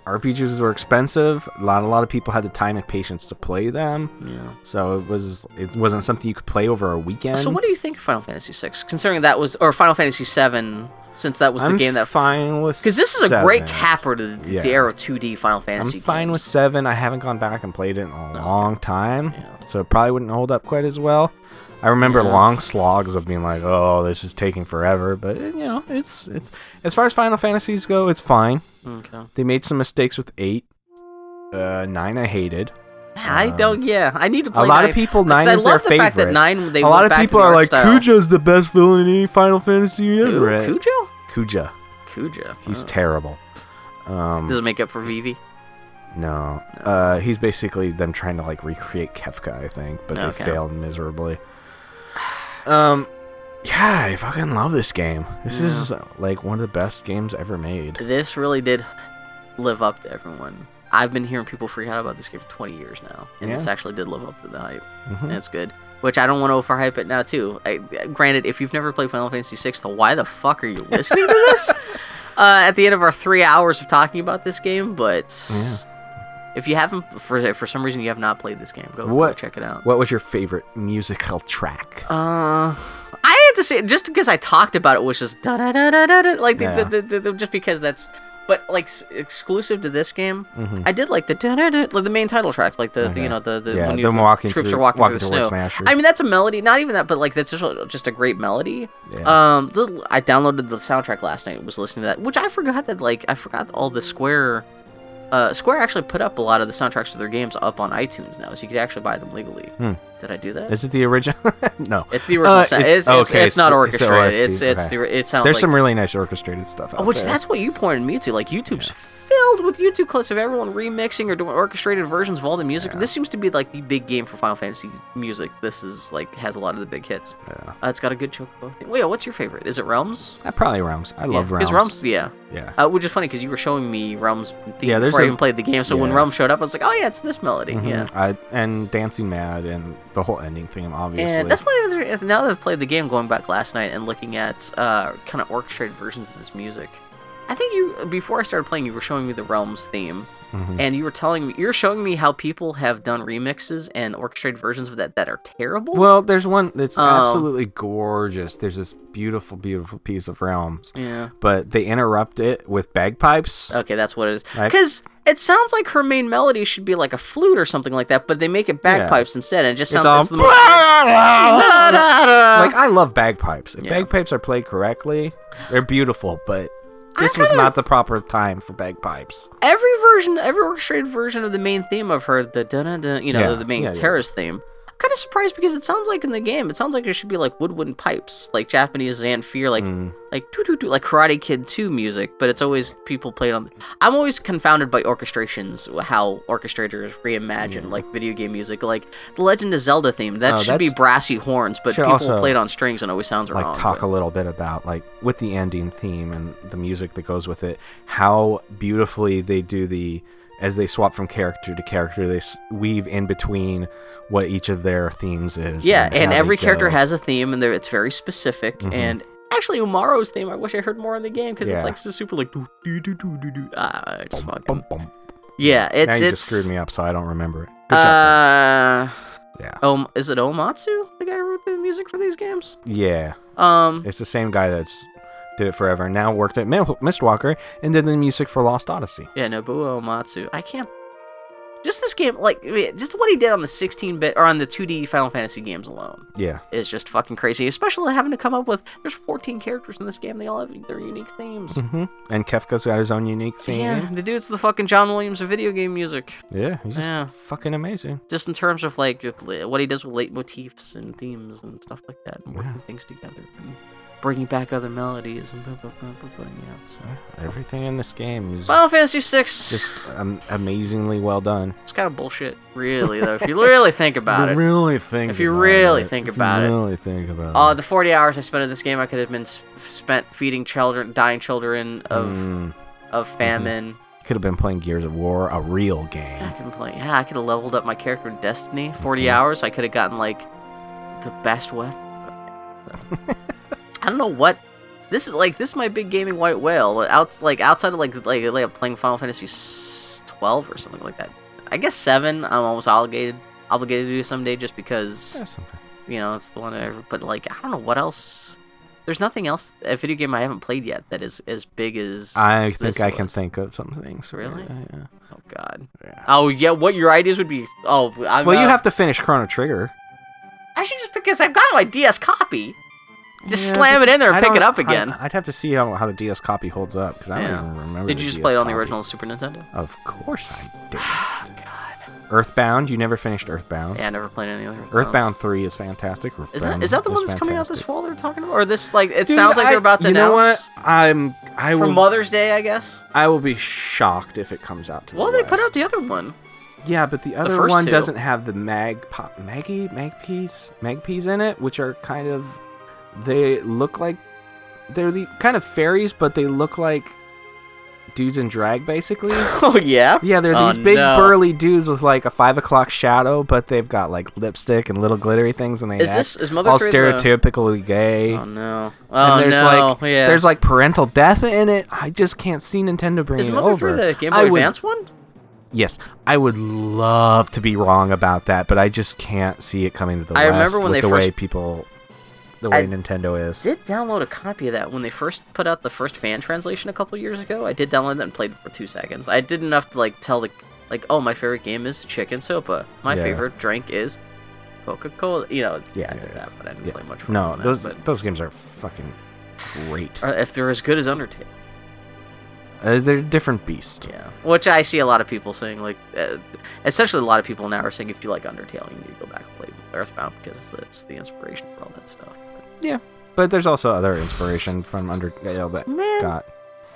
RPGs were expensive. A lot, a lot of people had the time and patience to play them, Yeah. so it was it wasn't something you could play over a weekend. So what do you think of Final Fantasy six? Considering that was or Final Fantasy seven, since that was the I'm game that fine with because this is a great seven. capper to the, Yeah. the era two D Final I'm Fantasy. fine with games. seven. I haven't gone back and played it in a long time, Yeah. so it probably wouldn't hold up quite as well. I remember Yeah. long slogs of being like, "Oh, this is taking forever," but eh, you know, it's it's as far as Final Fantasies go, it's fine. Okay. They made some mistakes with eight, uh, nine. I hated. I don't. Yeah, I need to A play. lot nine. of people, Because nine I is their love the fact that favorite. nine. They a lot went of back to people the are art like, style. Kuja's the best villain in any Final Fantasy Who? ever. Cujo? Kuja. Cujo. He's Oh. terrible. Um, Does it make up for Vivi? no. Uh, he's basically them trying to like recreate Kefka, I think, but Okay. they failed miserably. Um, yeah, I fucking love this game. This is like one of the best games ever made. This really did live up to everyone. I've been hearing people freak out about this game for 20 years now, and this Yeah. actually did live up to the hype. Mhm. And it's good. Which I don't want to overhype it now, too. I, granted, if you've never played Final Fantasy VI, then why the fuck are you listening to this? Uh, at the end of our three hours of talking about this game, but if you haven't, for for some reason you have not played this game, go, go What- check it out. What was your favorite musical track? Uh, I had to say just because I talked about it was just da da da da da. Like the, Yeah. the, the, the, just because that's, but like s- exclusive to this game, Mhm. I did like the da da da, like the main title track, like the, the you Okay. know the, the yeah, when you, them the walking troops through, are walking, through the towards snow. Nasher. I mean that's a melody, not even that, but like that's just a, just a great melody. yeah. Um, the, I downloaded the soundtrack last night and was listening to that, which I forgot that like I forgot all the Square. Uh, Square actually put up a lot of the soundtracks to their games up on iTunes now, so you could actually buy them legally. Hmm. Did I do that? is it the original? no. It's the original. Uh, sound. it's- It's, it's, it's, okay, it's not the- it's the orchestrated. OST, It's it's, okay. the it sounds There's like Oh, some really nice orchestrated stuff. Out which there. that's what you pointed me to. Like YouTube's filled with YouTube clips of everyone remixing or doing orchestrated versions of all the music. This seems to be like the big game for Final Fantasy music. This is like has a lot of the big hits. Yeah. Uh, it's got a good chocobo thing. Wait, what's your favorite? Is it Realms? Uh, probably Realms. I love yeah. Realms. Is Realms? Yeah. Yeah. Uh, which is funny because you were showing me Realms theme Yeah, there's before I a- even played the game. So when yeah. Realms showed up, I was like, oh yeah, it's this melody. Mhm. Yeah. I, and Dancing Mad and the whole ending thing, obviously. And that's my other. Now that I've played the game, going back last night and looking at uh, kind of orchestrated versions of this music, I think you before I started playing, you were showing me the Realms theme, Mhm. and you were telling me you're showing me how people have done remixes and orchestrated versions of that that are terrible. Well, there's one that's Um, absolutely gorgeous. There's this beautiful, beautiful piece of Realms, yeah. Oh, but they interrupt it with bagpipes. Okay, that's what it is. I- Because it sounds like her main melody should be like a flute or something like that, but they make it bagpipes instead, and it just it's sounds all it's the most- like I love bagpipes. If Yeah. bagpipes are played correctly, they're beautiful. But I this was kinda- not the proper time for bagpipes. every version, every orchestrated version of the main theme of her, the dun dun dun, you know, Yeah, the main yeah, yeah. terrorist theme. I'm kind of surprised because it sounds like in the game, it sounds like it should be like woodwind pipes, like Japanese Zanfear, like Mm. like doo doo doo, like Karate Kid 2 music. But it's always people played on. I'm always confounded by orchestrations, how orchestrators reimagine like video game music, like the Legend of Zelda theme. That Oh, should be that's- brassy horns, but should people also, play it on strings and it always sounds like wrong. talk Um, but- a little bit about like with the ending theme and the music that goes with it how beautifully they do the as they swap from character to character they s- weave in between what each of their themes is Yeah, and, how they every character go. has a theme, and they're- it's very specific. Mhm. And actually, Umaro's theme, I wish I heard more in the game because it's Yeah. like so super like doo doo doo doo doo doo. Ah, it's fucking Bum, bum. yeah. now It's you it's just screwed me up so i don't remember it Good job, uh, Bruce. yeah um, is it Omatsu the guy who wrote the music for these games? yeah Um, it's the same guy that's did it forever and now worked at Mil- mistwalker and did the music for lost odyssey yeah, Nobuo Omatsu. I can't. Just this game, like I mean, just what he did on the 16-bit or on the 2D Final Fantasy games alone. yeah is just fucking crazy. Especially having to come up with there's 14 characters in this game. They all have their unique themes. hmm and kefka's got his own unique theme Mm-hmm. Yeah, the dude's the fucking John Williams of video game music. yeah he's just Yeah. fucking amazing Just in terms of like with li- what he does with leitmotifs and themes and stuff like that, and working Yeah. things together, and bringing back other melodies and blah blah blah blah blah. Yeah, so. everything in this game is Final Fantasy VI. It's just um, amazingly well done. kind of bullshit, really though. If you really think about it. really think If you about really it, think if you about it. really think about Uh, the 40 hours I spent in this game, I could have been s- spent feeding children, dying children of Mm. of Mm-hmm. famine. could have Hmm. been playing Gears of War, a real Yeah, I game. could play. Yeah, I could have leveled up my character in Destiny. 40 hours, I could have gotten like the best weapon. I don't know what. This is like this is my big gaming white whale. Out like outside of like like, like playing Final Fantasy s- 12 or something like that. I guess seven. I'm almost obligated obligated to do someday just because Yeah, something. you know it's the one I ever. But like I don't know what else. There's nothing else a video game I haven't played yet that is as big as. I think This I can was- think of some things. Really? Yeah, yeah. oh God. Yeah. Oh yeah. What your ideas would be? Oh, I'm, Well, you uh, have to finish Chrono Trigger. Actually, just because I've got my DS copy, just Yeah, slam it in there and I pick it don't- up again. I, would have to see how, how the DS copy holds up because I Yeah. don't even remember. Did the you just DS play it on the copy. original Super Nintendo? Of course I did. Ah, God. Earthbound. You never finished Earthbound. Yeah, I never played any of those. Earthbound Three is fantastic. Is that is that the Earthbound one that's is coming out fantastic. this fall? They're talking about, or this like it Dude, sounds like I- they're about to you announce know what? I'm. I for will. Mother's Day, I guess. I will be shocked if it comes out to. Well, the they put West. out the other one. Yeah, but the other first one two. does doesn't have the mag pop, maggie magpies magpies in it, which are kind of they look like they're the kind of fairies, but they look like dudes in drag, basically. Oh yeah. Yeah, they're Oh, these big no. burly dudes with like a five o'clock shadow, but they've got like lipstick and little glittery things, and they Is act this is Mother all Three stereotypically The... gay. Oh no. Oh and there's no. like yeah. there's like parental death in it. I just can't see Nintendo bringing is it Mother over. Three the Game I Boy would- Advance one? Yes, I would love to be wrong about that, but I just can't see it coming to the I West remember when with they the way first- people, the I way Nintendo is. Did download a copy of that when they first put out the first fan translation a couple years ago. I did download that and played it for two seconds. I did enough to like tell the like, oh, my favorite game is chicken sopa. My Yeah. favorite drink is Coca Cola. You know, Yeah, I yeah, did that, but I didn't Yeah. play much. No, on that, those but- those games are fucking great. Uh, if they're as good as Undertale. Uh, they're a different beast. Yeah. Which I see a lot of people saying, like, uh, essentially a lot of people now are saying if you like Undertale, you need to go back and play Earthbound because it's the inspiration for all that stuff. But there's also other inspiration from Undertale that Man, got.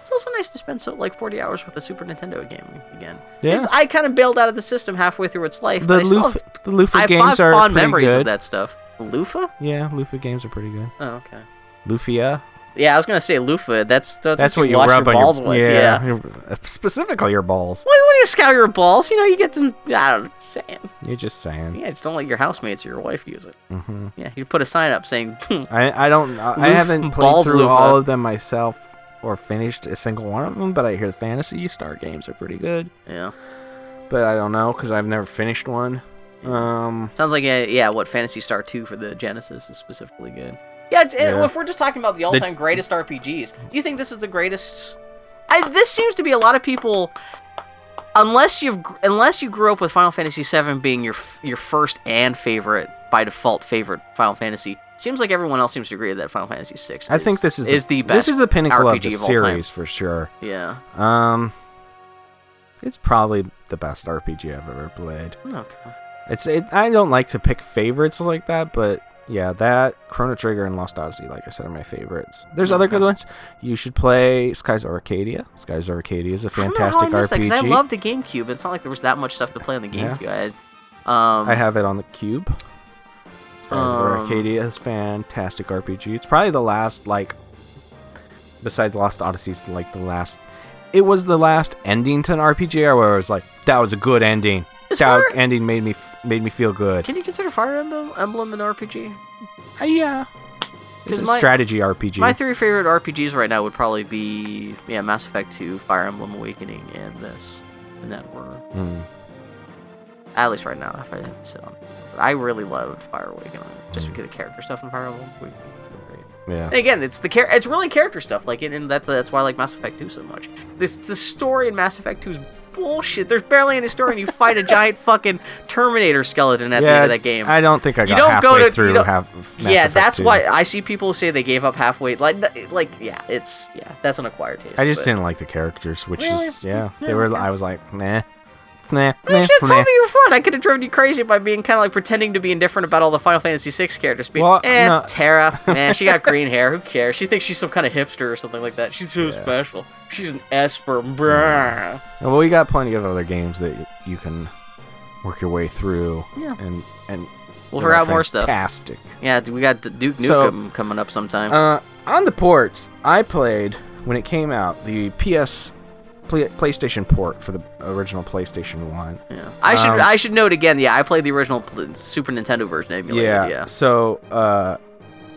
it's also nice to spend so like 40 hours with a Super Nintendo game again. Yeah. 'Cause I kind of bailed out of the system halfway through its life. The but I still Lufa, have- the Lufa I have games fond- are fond pretty memories good. of that stuff. Lufa? Yeah, Lufa games are pretty good. Oh, okay. Lufia. Yeah, I was gonna say Lufa. That's that's, That's what what you wash rub your on balls your with. Yeah. yeah, your- specifically your balls. Why when you scour your balls? You know, you get some. I don't know, saying. You're just saying. Yeah, just don't let your housemates or your wife use it. hmm Yeah, you put a sign up saying, "Hmm, I, I don't I, I Loof- haven't played balls through loofah. all of them myself or finished a single one of them, but I hear Fantasy Star games are pretty good. "Yeah." But I don't know because I've never finished one. Um, Sounds like uh, yeah, yeah, what Fantasy Star Two for the Genesis is specifically good. Yeah, j- Yeah. if we're just talking about the all-time greatest RPGs, do you think this is the greatest? I, this seems to be a lot of people, unless you've gr- unless you grew up with Final Fantasy VII being your f- your first and favorite by default favorite Final Fantasy. Seems like everyone else seems to agree that Final Fantasy VI. Is, I think this is, is the, best. This is the pinnacle RPG of the of all time. series for sure. yeah. Um, it's probably the best RPG I've ever played. Okay. It's it, I don't like to pick favorites like that, but yeah, that Chrono Trigger and Lost Odyssey, like I said, are my favorites. There's other Okay. good ones. You should play Skies of Arcadia. Skies of Arcadia is a fantastic I don't know how I missed that, 'cause RPG. I love the GameCube. It's not like there was that much stuff to play on the Yeah. GameCube. I, had, um, I have it on the cube. Skies of Um, Arcadia is fantastic RPG. It's probably the last like, besides Lost Odyssey, it's like the last. It was the last ending to an RPG where I was like, that was a good ending. Is that Fire- ending made me made me feel good. Can you consider Fire Emblem, Emblem an RPG? Uh, yeah. 'Cause It's a my- strategy RPG. My three favorite RPGs right now would probably be yeah, Mass Effect 2, Fire Emblem Awakening, and this, in that order. Mm. At least right now, if I have to sit on. it. But I really loved Fire Awakening just because the character stuff in Fire Emblem Awakening is so great. Yeah. And again, it's the char- it's really character stuff. Like, and, and that's that's why I like Mass Effect 2 so much. This the story in Mass Effect 2 is bullshit. There's barely any story, and you fight a giant fucking Terminator skeleton at the end of that game. I don't think I got You don't go halfway to- you through don't- half. Mass yeah, Effect that's 2. why I see people say they gave up halfway. Like, th- like yeah, it's yeah, that's an acquired taste. I just but- didn't like the characters, which Really? is yeah. Yeah, They were. okay. I was like, nah, nah, You nah, should have nah. told me you were fun. I could have driven you crazy by being kind of like pretending to be indifferent about all the Final Fantasy VI characters. Being, Well, eh, no. Tara, man, she got green hair. Who cares? She thinks she's some kind of hipster or something like that. She's so Yeah. special. She's an esper. Bruh. Well, we got plenty of other games that y- you can work your way through. Yeah. And and We'll they're figure all out more stuff. Fantastic. Yeah, d- we got D- Duke So- Nukem coming up sometime. Uh, on the ports, I played when it came out the PS. Play, PlayStation port for the original PlayStation One. yeah. I should um, I should note again. Yeah, I played the original pl- Super Nintendo version emulated. Yeah. yeah. So uh,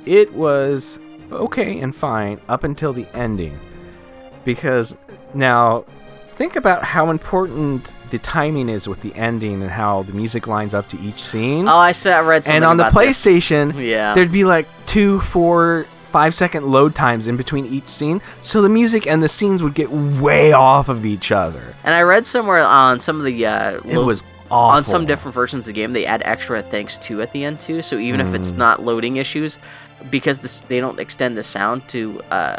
it was okay and fine up until the ending, because now think about how important the timing is with the ending and how the music lines up to each scene. Oh, I said I read something and on the about this. PlayStation, Yeah. there'd be like two, four, five second load times in between each scene, so the music and the scenes would get way off of each other. And I read somewhere on some of the uh, It lo- was awful. on some different versions of the game they add extra thanks to at the end too. So even if Mm. it's not loading issues, because this, they don't extend the sound to uh,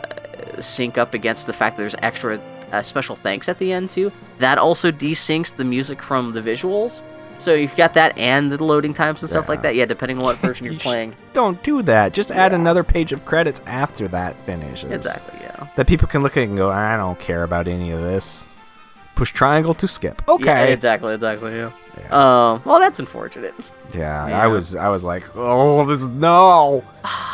sync up against the fact that there's extra uh, special thanks at the end too, that also desyncs the music from the visuals. So you've got that and the loading times and stuff Yeah. like that. Yeah, depending on what version you're You sh- playing. Don't do that. Just add another page of credits after that finishes. Exactly. Yeah. That people can look at it and go, I don't care about any of this. Push triangle to skip. Okay. Yeah, exactly. Exactly. Yeah. Yeah. Um. Well, that's unfortunate. Yeah, Yeah. I was I was like, oh, this is no,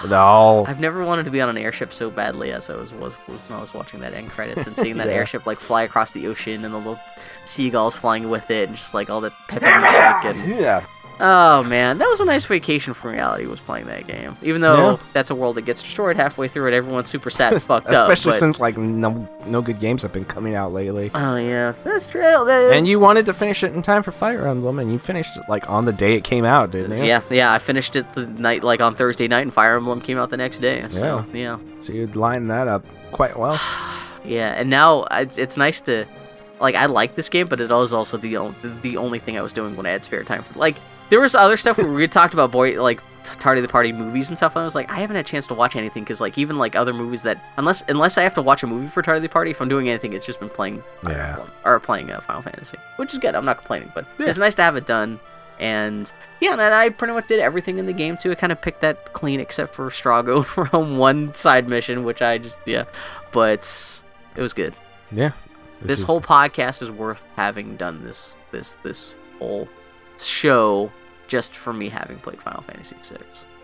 no. I've never wanted to be on an airship so badly as I was, was when I was watching that end credits and seeing that Yeah. airship like fly across the ocean and the little seagulls flying with it and just like all the peppy music and Yeah, oh man, that was a nice vacation from reality was playing that game. Even though Yeah. that's a world that gets destroyed halfway through and everyone's super sad and fucked up. especially but- since like no no good games have been coming out lately. oh yeah, that's true. That- And you wanted to finish it in time for Fire Emblem, and you finished it like on the day it came out, didn't you? yeah, yeah, I finished it the night like on Thursday night and Fire Emblem came out the next day. So yeah. So you'd line that up quite well. Yeah, and now it's it's nice to like I like this game, but it was also the only, the only thing I was doing when I had spare time. For, like there was other stuff where we talked about boy like t- Tardy the Party movies and stuff. And I was like, I haven't had a chance to watch anything because like even like other movies that unless unless I have to watch a movie for Tardy the Party, if I'm doing anything, it's just been playing Fire Yeah. Emblem- or playing uh, Final Fantasy, which is good. I'm not complaining, but Yeah. it's nice to have it done. And yeah, and I pretty much did everything in the game too. I kind of picked that clean except for Strago from one side mission, which I just yeah, but it was good. Yeah. This, is- whole podcast is worth having done this this this whole show just for me having played Final Fantasy VI.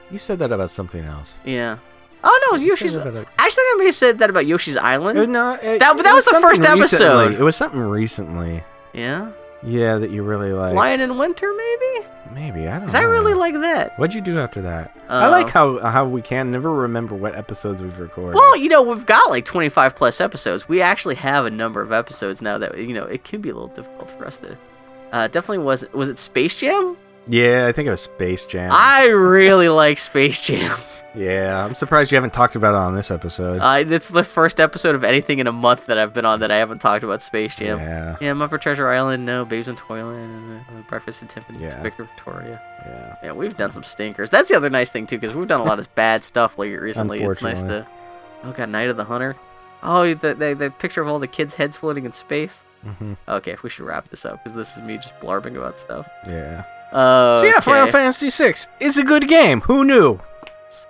you said that about something else. Yeah. Oh no, You said Yoshi's. that about- I think I may have said that about Yoshi's Island. Uh, no, it- That- but it that was the something first episode. recently. It was something recently. yeah. Yeah, that you really liked. Lion in Winter, maybe. Maybe I don't. Cause I know. really like Uh, that. What'd you do after that? I like how how we can never remember what episodes we've recorded. Well, you know, we've got like 25 plus episodes. We actually have a number of episodes now that you know it can be a little difficult for us to. Uh, definitely was was it Space Jam? yeah, I think it was Space Jam. I really like Space Jam. yeah, I'm surprised you haven't talked about it on this episode. Uh, it's the first episode of anything in a month that I've been on that I haven't talked about Space Jam. Yeah, Yeah, Muppet Treasure Island, no, Babes in Toyland, uh, Breakfast at Tiffany's, Yeah. Victor Victoria. yeah. Yeah, we've done some stinkers. That's the other nice thing too, because we've done a lot of bad stuff like recently. It's nice to. Unfortunately. Oh god, Night of the Hunter. Oh, the, the the picture of all the kids' heads floating in space. hmm Okay, we should wrap this up because this is me just blarbing about stuff. Yeah. Uh, So yeah, Final okay. Fantasy VI is a good game. Who knew?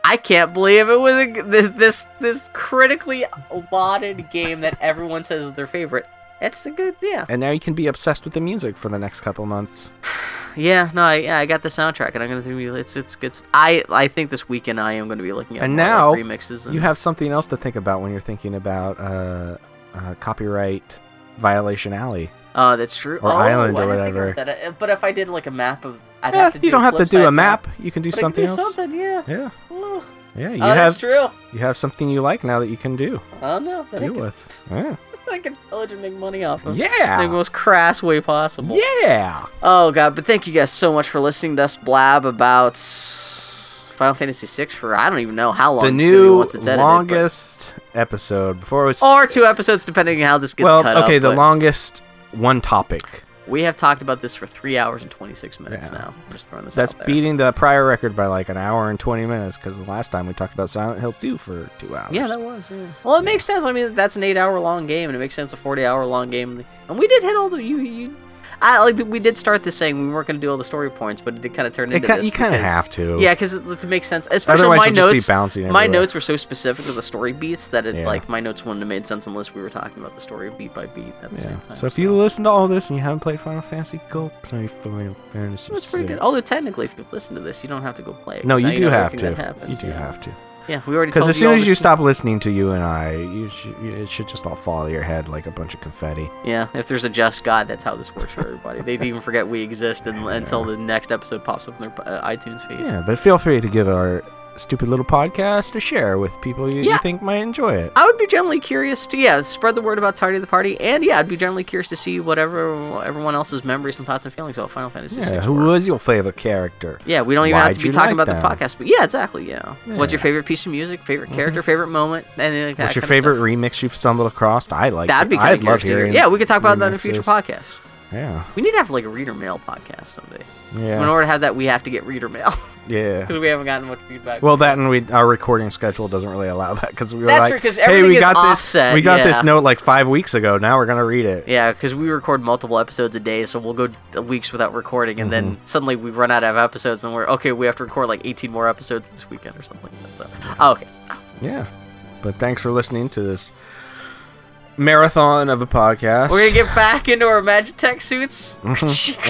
I can't believe it was a, g- this, this this critically lauded game that everyone says is their favorite. It's a good, yeah, And now you can be obsessed with the music for the next couple months. yeah. No, I, yeah, I got the soundtrack, and I'm gonna think it's it's good. s- I I think this weekend I am gonna be looking at And more, like, now remixes. And, You have something else to think about when you're thinking about uh, uh, copyright violation alley. uh, that's true. or oh, Island I or didn't think whatever. about that. Uh, But if I did like a map of, I'd Yeah, have to you don't have to flip do side a map. You can do But something I could do else. something, yeah. Yeah, Oh, yeah. You oh, that's have true. you have something you like now that you can do Oh no, that I deal could, with. Yeah. I could pillage and make money off of. the Yeah. most crass way possible. Yeah. Oh god, but thank you guys so much for listening to us blab about Final Fantasy VI for I don't even know how long it's The gonna be new once it's edited, but- longest episode before it was or two episodes depending on how this gets well, cut okay, up, the but longest one topic. we have talked about this for three hours and twenty six minutes Yeah. now. I'm just throwing this That's out there. beating the prior record by like an hour and twenty minutes because the last time we talked about Silent Hill two for two hours. yeah, that was. Yeah. Well, it makes sense. I mean, that's an eight-hour-long game, and it makes sense a forty-hour-long game. And we did hit all the you. you I like we did start this saying we weren't going to do all the story points, but it did kind of turn It into ki- this. you kind of because- have to. Yeah, because it, it makes sense. Especially Otherwise, my you'll notes. just be bouncing. my everywhere. notes were so specific to the story beats that it Yeah. like my notes wouldn't have made sense unless we were talking about the story beat by beat at the same Yeah. time. So if you listen to all this and you haven't played Final Fantasy, go play Final Fantasy. that's pretty good. VI. Although technically, if you listen to this, you don't have to go play it. 'cause No, now you do know have everything to. that happens, You do yeah. have to. Yeah, we already Because told as you soon all as this- you stop listening to you and I, you should, it should just all fall out of your head like a bunch of confetti. Yeah, if there's a just God, that's how this works for everybody. They'd even forget we exist and, until the next episode pops up in their uh, iTunes feed. Yeah, but feel free to give our stupid little podcast a share with people you, Yeah. you think might enjoy it. I would be generally curious to yeah spread the word about Tardy the Party, and yeah, I'd be generally curious to see whatever everyone else's memories and thoughts and feelings about Final Fantasy. Yeah, VI who were. was your favorite character? Yeah, we don't even have Why'd to be you talking like about the them? podcast, but yeah, exactly. Yeah. What's your Yeah. Mm-hmm. favorite piece of music? Favorite character? Favorite moment? Anything like that. What's your kind of favorite stuff. remix you've stumbled across? I like. That'd be kind I'd of curious love to hear. hearing Yeah, we could talk about that in a remixes. future podcast. Yeah. We need to have like a reader mail podcast someday. In Yeah. order to have that, we have to get reader mail Yeah. because we haven't gotten much feedback. Well, that and we our recording schedule doesn't really allow that because we were That's like, true, 'cause hey, everything we is got this, offset, we got this yeah. note like five weeks ago. Now we're gonna read it. yeah, because we record multiple episodes a day, so we'll go d- uh, weeks without recording, and Mm-hmm. then suddenly we run out of episodes, and we're okay. We have to record like 18 more episodes this weekend or something. Like that, so oh, okay, Yeah. But thanks for listening to this marathon of a podcast. we're gonna get back into our Magitech suits Mm-hmm.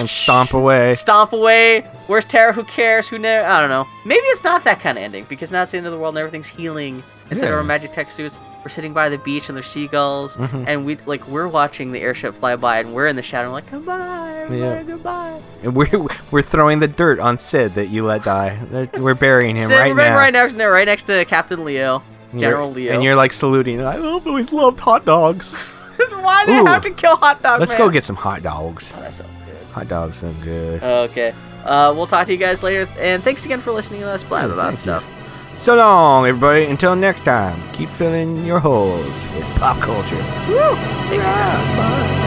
and stomp away. Stomp away. Where's Tara? Who cares? Who knows? I don't know. Maybe it's not that kind of ending because now it's the end of the world and everything's healing. Instead of Yeah. our magic tech suits, we're sitting by the beach and there's seagulls, Mm-hmm. and we like we're watching the airship fly by, and we're in the shadow, like goodbye, everybody, Yeah. goodbye. And we're we're throwing the dirt on Sid that you let die. That- We're burying him Sid, right we're now. right next, no, right next to Captain Leo, And you're- General Leo. And you're like saluting. I always loved hot dogs. Why do you Ooh. have to kill Hot Dog Let's Man? go get some hot dogs. Oh, that sounds good. Hot dogs sound good. Okay. Uh, we'll talk to you guys later, and thanks again for listening to us blab Yeah, about thank you. stuff. So long, everybody. Until next time, keep filling your holes with pop culture. Woo! Take care. Bye.